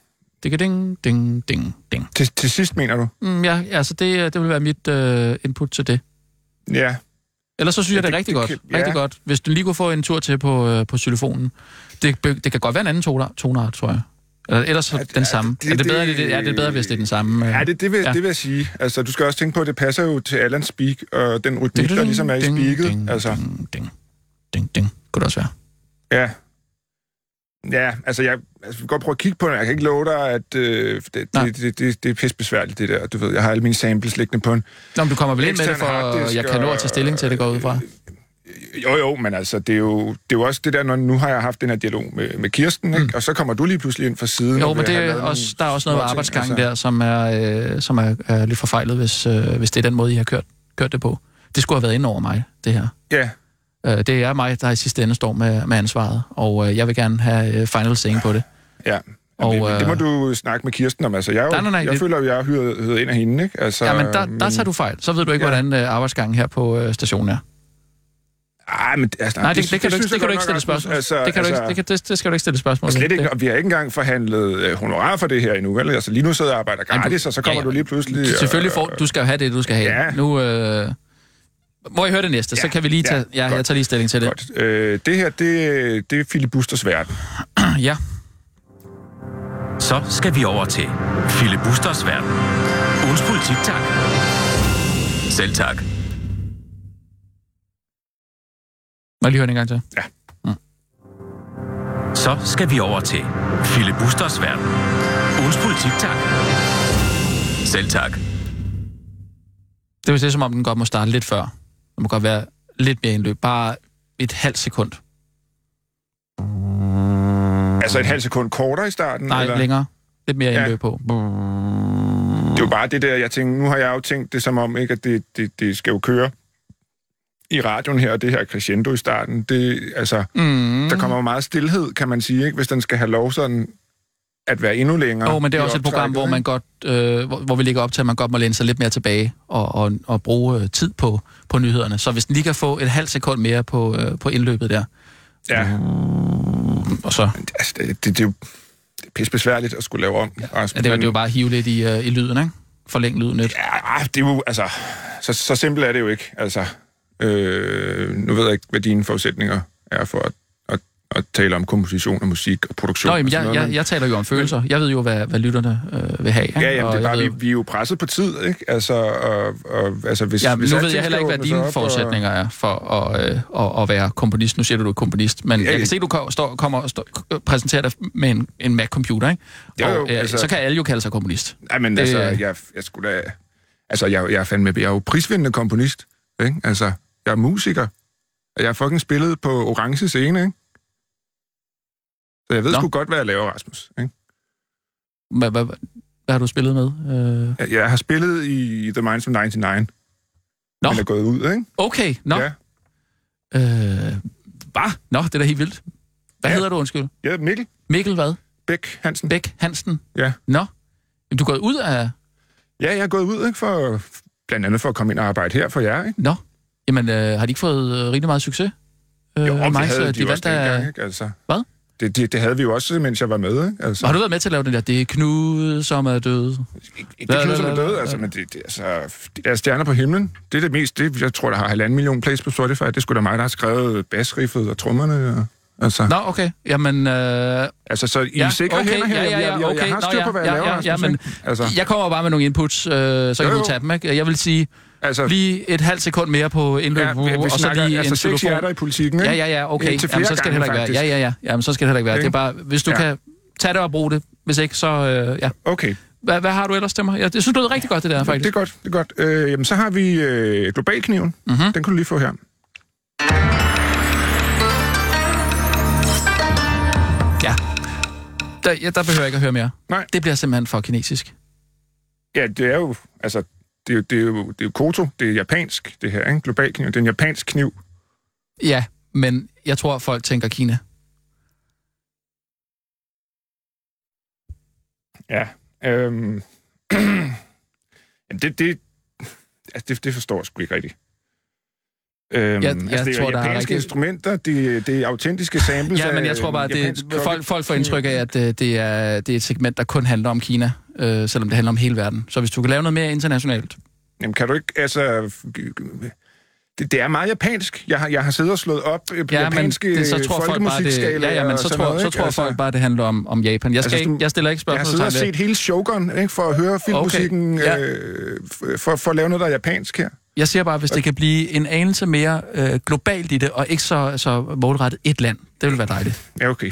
S4: Det kan ding, ding, ding, ding.
S8: til, til sidst mener du?
S4: Mm, ja, altså det, øh, det vil være mit øh, input til det.
S8: Ja,
S4: Ellers så synes
S8: Ja,
S4: jeg, det er
S8: det-
S4: rigtig
S8: det
S4: godt.
S8: kan- ja.
S4: Rigtig godt. Hvis du lige kunne få en tur til på, øh, på xylofonen. Det, be- det kan godt være en anden toner- tonart, tror jeg. Eller, ellers er, den samme. Det,
S8: det-
S4: er det bedre,
S8: det-
S4: det, det, er det bedre, hvis det er den samme? øh?
S8: Ja, det, det, vil,
S4: Ja.
S8: ja. det vil jeg sige. Altså, du skal også tænke på, at det passer jo til Allans speak, og den rytmik, der ligesom er i
S4: Ding,
S8: speaket.
S4: ding,
S8: Altså,
S4: Ding, ding, ding, ding. Kunne det også være.
S8: ja. Ja, altså, jeg altså, vi kan godt prøve at kigge på den. Jeg kan ikke love dig, at øh, det, det,
S4: Nej.
S8: det, det, det er pissebesværligt, det der. Du ved, jeg har alle mine samples liggende på en.
S4: Nå, men du kommer vel ind med det,
S8: Ekstern
S4: for
S8: harddisk
S4: jeg kan nå at tage stilling til det, går ud fra.
S8: Jo, jo, men altså, det er jo, det er jo også det der, når nu har jeg haft den her dialog med, med Kirsten, ikke? og så kommer du lige pludselig ind fra siden.
S4: Mm. Jo,
S8: og
S4: men
S8: vil
S4: det
S8: have
S4: er
S8: lavet
S4: også, der
S8: nogle
S4: er også noget
S8: små ting,
S4: arbejdsgang
S8: altså.
S4: der, som er, øh, som er, er lidt forfejlet, hvis, øh, hvis det er den måde, I har kørt, kørt det på. Det skulle have været ind over mig, det her.
S8: Ja,
S4: Øh, det er mig, der i sidste ende står med, med ansvaret, og øh, jeg vil gerne have øh, final saying på det.
S8: ja.
S4: Og,
S8: Og, det, det må
S4: øh,
S8: du snakke med Kirsten om. Altså, jeg, er jo,
S4: Nej, nej, nej,
S8: jeg
S4: det-
S8: føler jo, jeg er hyret, hyret ind af hende, ikke? Altså,
S4: Ja, men der, der tager du fejl. Så ved du ikke,
S8: Ja.
S4: hvordan øh, arbejdsgangen her på øh, stationen er.
S8: Ej, men altså,
S4: Nej, det, det, kan, du ikke,
S8: synes jeg
S4: det kan
S8: godt
S4: du ikke
S8: nok,
S4: stille spørgsmål.
S8: Rasmus.
S4: det, kan du ikke, det, kan, det, det skal du ikke stille spørgsmål. om.
S8: Og Altså, slet ikke,
S4: Det-
S8: og vi har ikke engang forhandlet øh, honorar for det her endnu, vel? Altså lige nu sidder jeg og arbejder
S4: Ej, du-
S8: gratis, og så kommer
S4: ja,
S8: ja,
S4: ja.
S8: du lige pludselig...
S4: Du, selvfølgelig får, du skal jo have det, du skal have.
S8: Ja.
S4: Nu, øh, må jeg høre det næste, så
S8: Ja,
S4: kan vi lige
S8: ja,
S4: tage... Ja, jeg
S8: godt.
S4: tager lige stilling til det.
S8: Godt. Øh, det her, det, det er filibusters verden.
S4: Ja.
S9: Så skal vi over til Philip Busters verden. Ugens politik, tak. Selv tak.
S4: Må jeg lige høre det en gang til?
S9: Så skal vi over til Philip Busters verden. Ugens politik, tak. Selv tak.
S4: Det var det, som om den godt må starte lidt før. Den må godt være lidt mere indløb. Bare et halvt sekund.
S8: Altså et halvt sekund kortere i starten?
S4: Nej,
S8: eller?
S4: længere. Lidt mere
S8: Ja.
S4: indløb på.
S8: Det er jo bare det der, jeg tænker, nu har jeg jo tænkt det som om, ikke, at det, det, det skal jo køre i radioen her, og det her crescendo i starten, det, altså,
S4: Mm.
S8: mm. der kommer jo meget stillhed, kan man sige, ikke, hvis den skal have lov sådan at være endnu længere.
S4: Jo, men det er
S8: i
S4: også et program,
S8: optrækket,
S4: hvor man
S8: ikke?
S4: godt, øh, hvor, hvor vi ligger op til, at man godt må læne sig lidt mere tilbage og, og, og bruge øh, tid på, på nyhederne. Så hvis den lige kan få et halvt sekund mere på, øh, på indløbet der,
S8: Ja,
S4: og så
S8: men det- altså, det, det, det er jo det er pissebesværligt at skulle lave om. Ja,
S4: ja, det, er jo- det er jo bare at hive lidt i, øh, i lyden, ikke? Forlænge lyden lidt.
S8: Ja, det er jo, altså, så, så simpelt er det jo ikke. Altså, øh, nu ved jeg ikke, hvad dine forudsætninger er for at, at, at tale om komposition og musik og produktion.
S4: Nå, jamen,
S8: og sådan
S4: jeg,
S8: altså noget,
S4: jeg,
S8: men-
S4: jeg taler jo om følelser. Jeg ved jo, hvad, hvad lytterne øh, vil have. Ikke?
S8: Ja, jamen,
S4: Og
S8: det er
S4: jeg
S8: bare, vi,
S4: ved,
S8: vi er jo presset på tid, ikke? Altså, og, og, altså hvis,
S4: Ja,
S8: hvis
S4: nu ved
S8: alting
S4: jeg heller
S8: skal
S4: ikke, hvad
S8: åbnes
S4: dine
S8: op, og-
S4: forudsætninger er for at, øh, at, at være komponist. Nu siger du, du er komponist, men jeg
S8: ja.
S4: kan se, du ko- står, kommer og står, præsenterer dig med en, en Mac-computer, ikke?
S8: Jo, jo,
S4: og, øh,
S8: altså-
S4: Så kan alle jo kalde sig komponist. Øh,
S8: Ej, men
S4: Det-
S8: altså, jeg, jeg skulle da... Altså, jeg, jeg er fandme... Jeg er jo prisvindende komponist, ikke? Altså, jeg er musiker. Og jeg har fucking spillet på orange scene, ikke? Så jeg ved
S4: Nå.
S8: sgu godt, hvad jeg laver, Rasmus. Ikke?
S4: Hvad, hvad, hvad har du spillet med? Øh,
S8: Jeg, jeg har spillet i The Minds of 99.
S4: Nå.
S8: Men er gået ud, ikke?
S4: okay, nå. Ja.
S8: Ja.
S4: Øh, bah, nå, det er da helt vildt. Hvad
S8: Ja.
S4: hedder du, undskyld?
S8: ja, Mikkel
S4: Mikkel hvad?
S8: Bæk Hansen.
S4: Bæk Hansen?
S8: Ja.
S4: Nå. Jamen, Du er gået ud af...
S8: Ja, jeg er gået ud, ikke? For, blandt andet for at komme ind og arbejde her for jer, ikke?
S4: Nå. Jamen, øh, har de ikke fået øh, rigtig meget succes? Øh,
S8: Jo, og det
S4: Mice,
S8: havde de, de også
S4: vandt af-
S8: dengang, ikke? Altså,
S4: Hvad?
S8: Det, det, det havde vi jo også, mens jeg var med, ikke? Altså,
S4: Har du været med til at lave den der, det er Knud, som er død?
S8: ikke- ikke det knuser
S4: la,
S8: med
S4: la,
S8: døde,
S4: la,
S8: altså,
S4: la.
S8: men det, det, altså, det er stjerner på himlen. Det er det mest, det, jeg tror, der har halvanden million plays på Spotify. Det skulle da mig, der har skrevet basriffet og trommerne. Og, altså,
S4: Nå, okay. Jamen, øh,
S8: altså, så I
S4: ja,
S8: er sikre
S4: okay,
S8: hænder her.
S4: ja, ja, ja,
S8: jeg, jeg,
S4: okay.
S8: jeg har
S4: Nå,
S8: styr
S4: ja,
S8: på, hvad
S4: ja,
S8: jeg laver.
S4: ja,
S8: Rasmus,
S4: ja, men-
S8: ikke? altså,
S4: jeg kommer bare med nogle inputs, øh, så kan
S8: Jo,
S4: du
S8: jo.
S4: tage dem, ikke? Jeg vil sige,
S8: altså,
S4: lige et halvt sekund mere på indløb,
S8: ja, vi, vi
S4: og så
S8: snakker,
S4: lige
S8: altså,
S4: en
S8: seks
S4: xylofon.
S8: hjerter i politikken, ikke?
S4: Ja, ja, ja, okay.
S8: Indtil flere
S4: Jamen, så skal det
S8: gange,
S4: heller ikke være. Ja, ja, ja. Jamen, så skal det heller ikke være. Det er
S8: Ikke?
S4: bare, hvis du
S8: Ja.
S4: kan tage det og bruge det. Hvis ikke, så... Øh, ja.
S8: Okay,
S4: hvad, hvad har du ellers til mig? Jeg, jeg synes, det lyder rigtig godt, det der, faktisk.
S8: det er godt, det er godt. Øh, jamen, så har vi øh, globalkniven.
S4: Mhm.
S8: Mm-hmm. Den kan du lige få her.
S4: Ja. Der, ja, der behøver jeg ikke at høre mere.
S8: Nej.
S4: Det bliver simpelthen for kinesisk.
S8: Ja, det er jo, altså, det er jo, det er jo, det er jo koto, det er japansk, det her, ikke? Global kniv, det er en japansk kniv.
S4: Ja, men jeg tror, folk tænker Kina.
S8: Ja. Øhm. Jamen, det, det, altså, det, det forstår jeg sgu ikke rigtigt. Øhm, jeg,
S4: jeg
S8: altså, det er
S4: tror,
S8: jo
S4: der er
S8: japanske
S4: rigtig-
S8: instrumenter, det, det er autentiske samples.
S4: Ja, men jeg
S8: af
S4: tror bare, det,
S8: japansk
S4: folk, folk får
S8: kniv.
S4: indtryk af, at øh, det er, det er et segment, der kun handler om Kina, øh, selvom det handler om hele verden. Så hvis du kan lave noget mere internationalt.
S8: Jamen, kan du ikke, altså... Det, det er meget japansk. Jeg har, jeg har siddet og slået op øh, på ja, japanske
S4: det, så tror folk bare, det, ja, ja, men så tror, så tror altså, folk bare, det handler om, om Japan. Jeg, skal
S8: Altså,
S4: altså,
S8: du-
S4: ikke, jeg stiller ikke
S8: Jeg har
S4: spørgsmål
S8: siddet og set hele Shogun, ikke, for at høre filmmusikken, okay.
S4: ja.
S8: øh, f- for, for at lave noget, der er japansk her.
S4: Jeg siger bare, hvis
S8: Altså-
S4: det kan blive en anelse mere øh, globalt i det, og ikke så, så målrettet et land, det vil være dejligt.
S8: Ja, okay.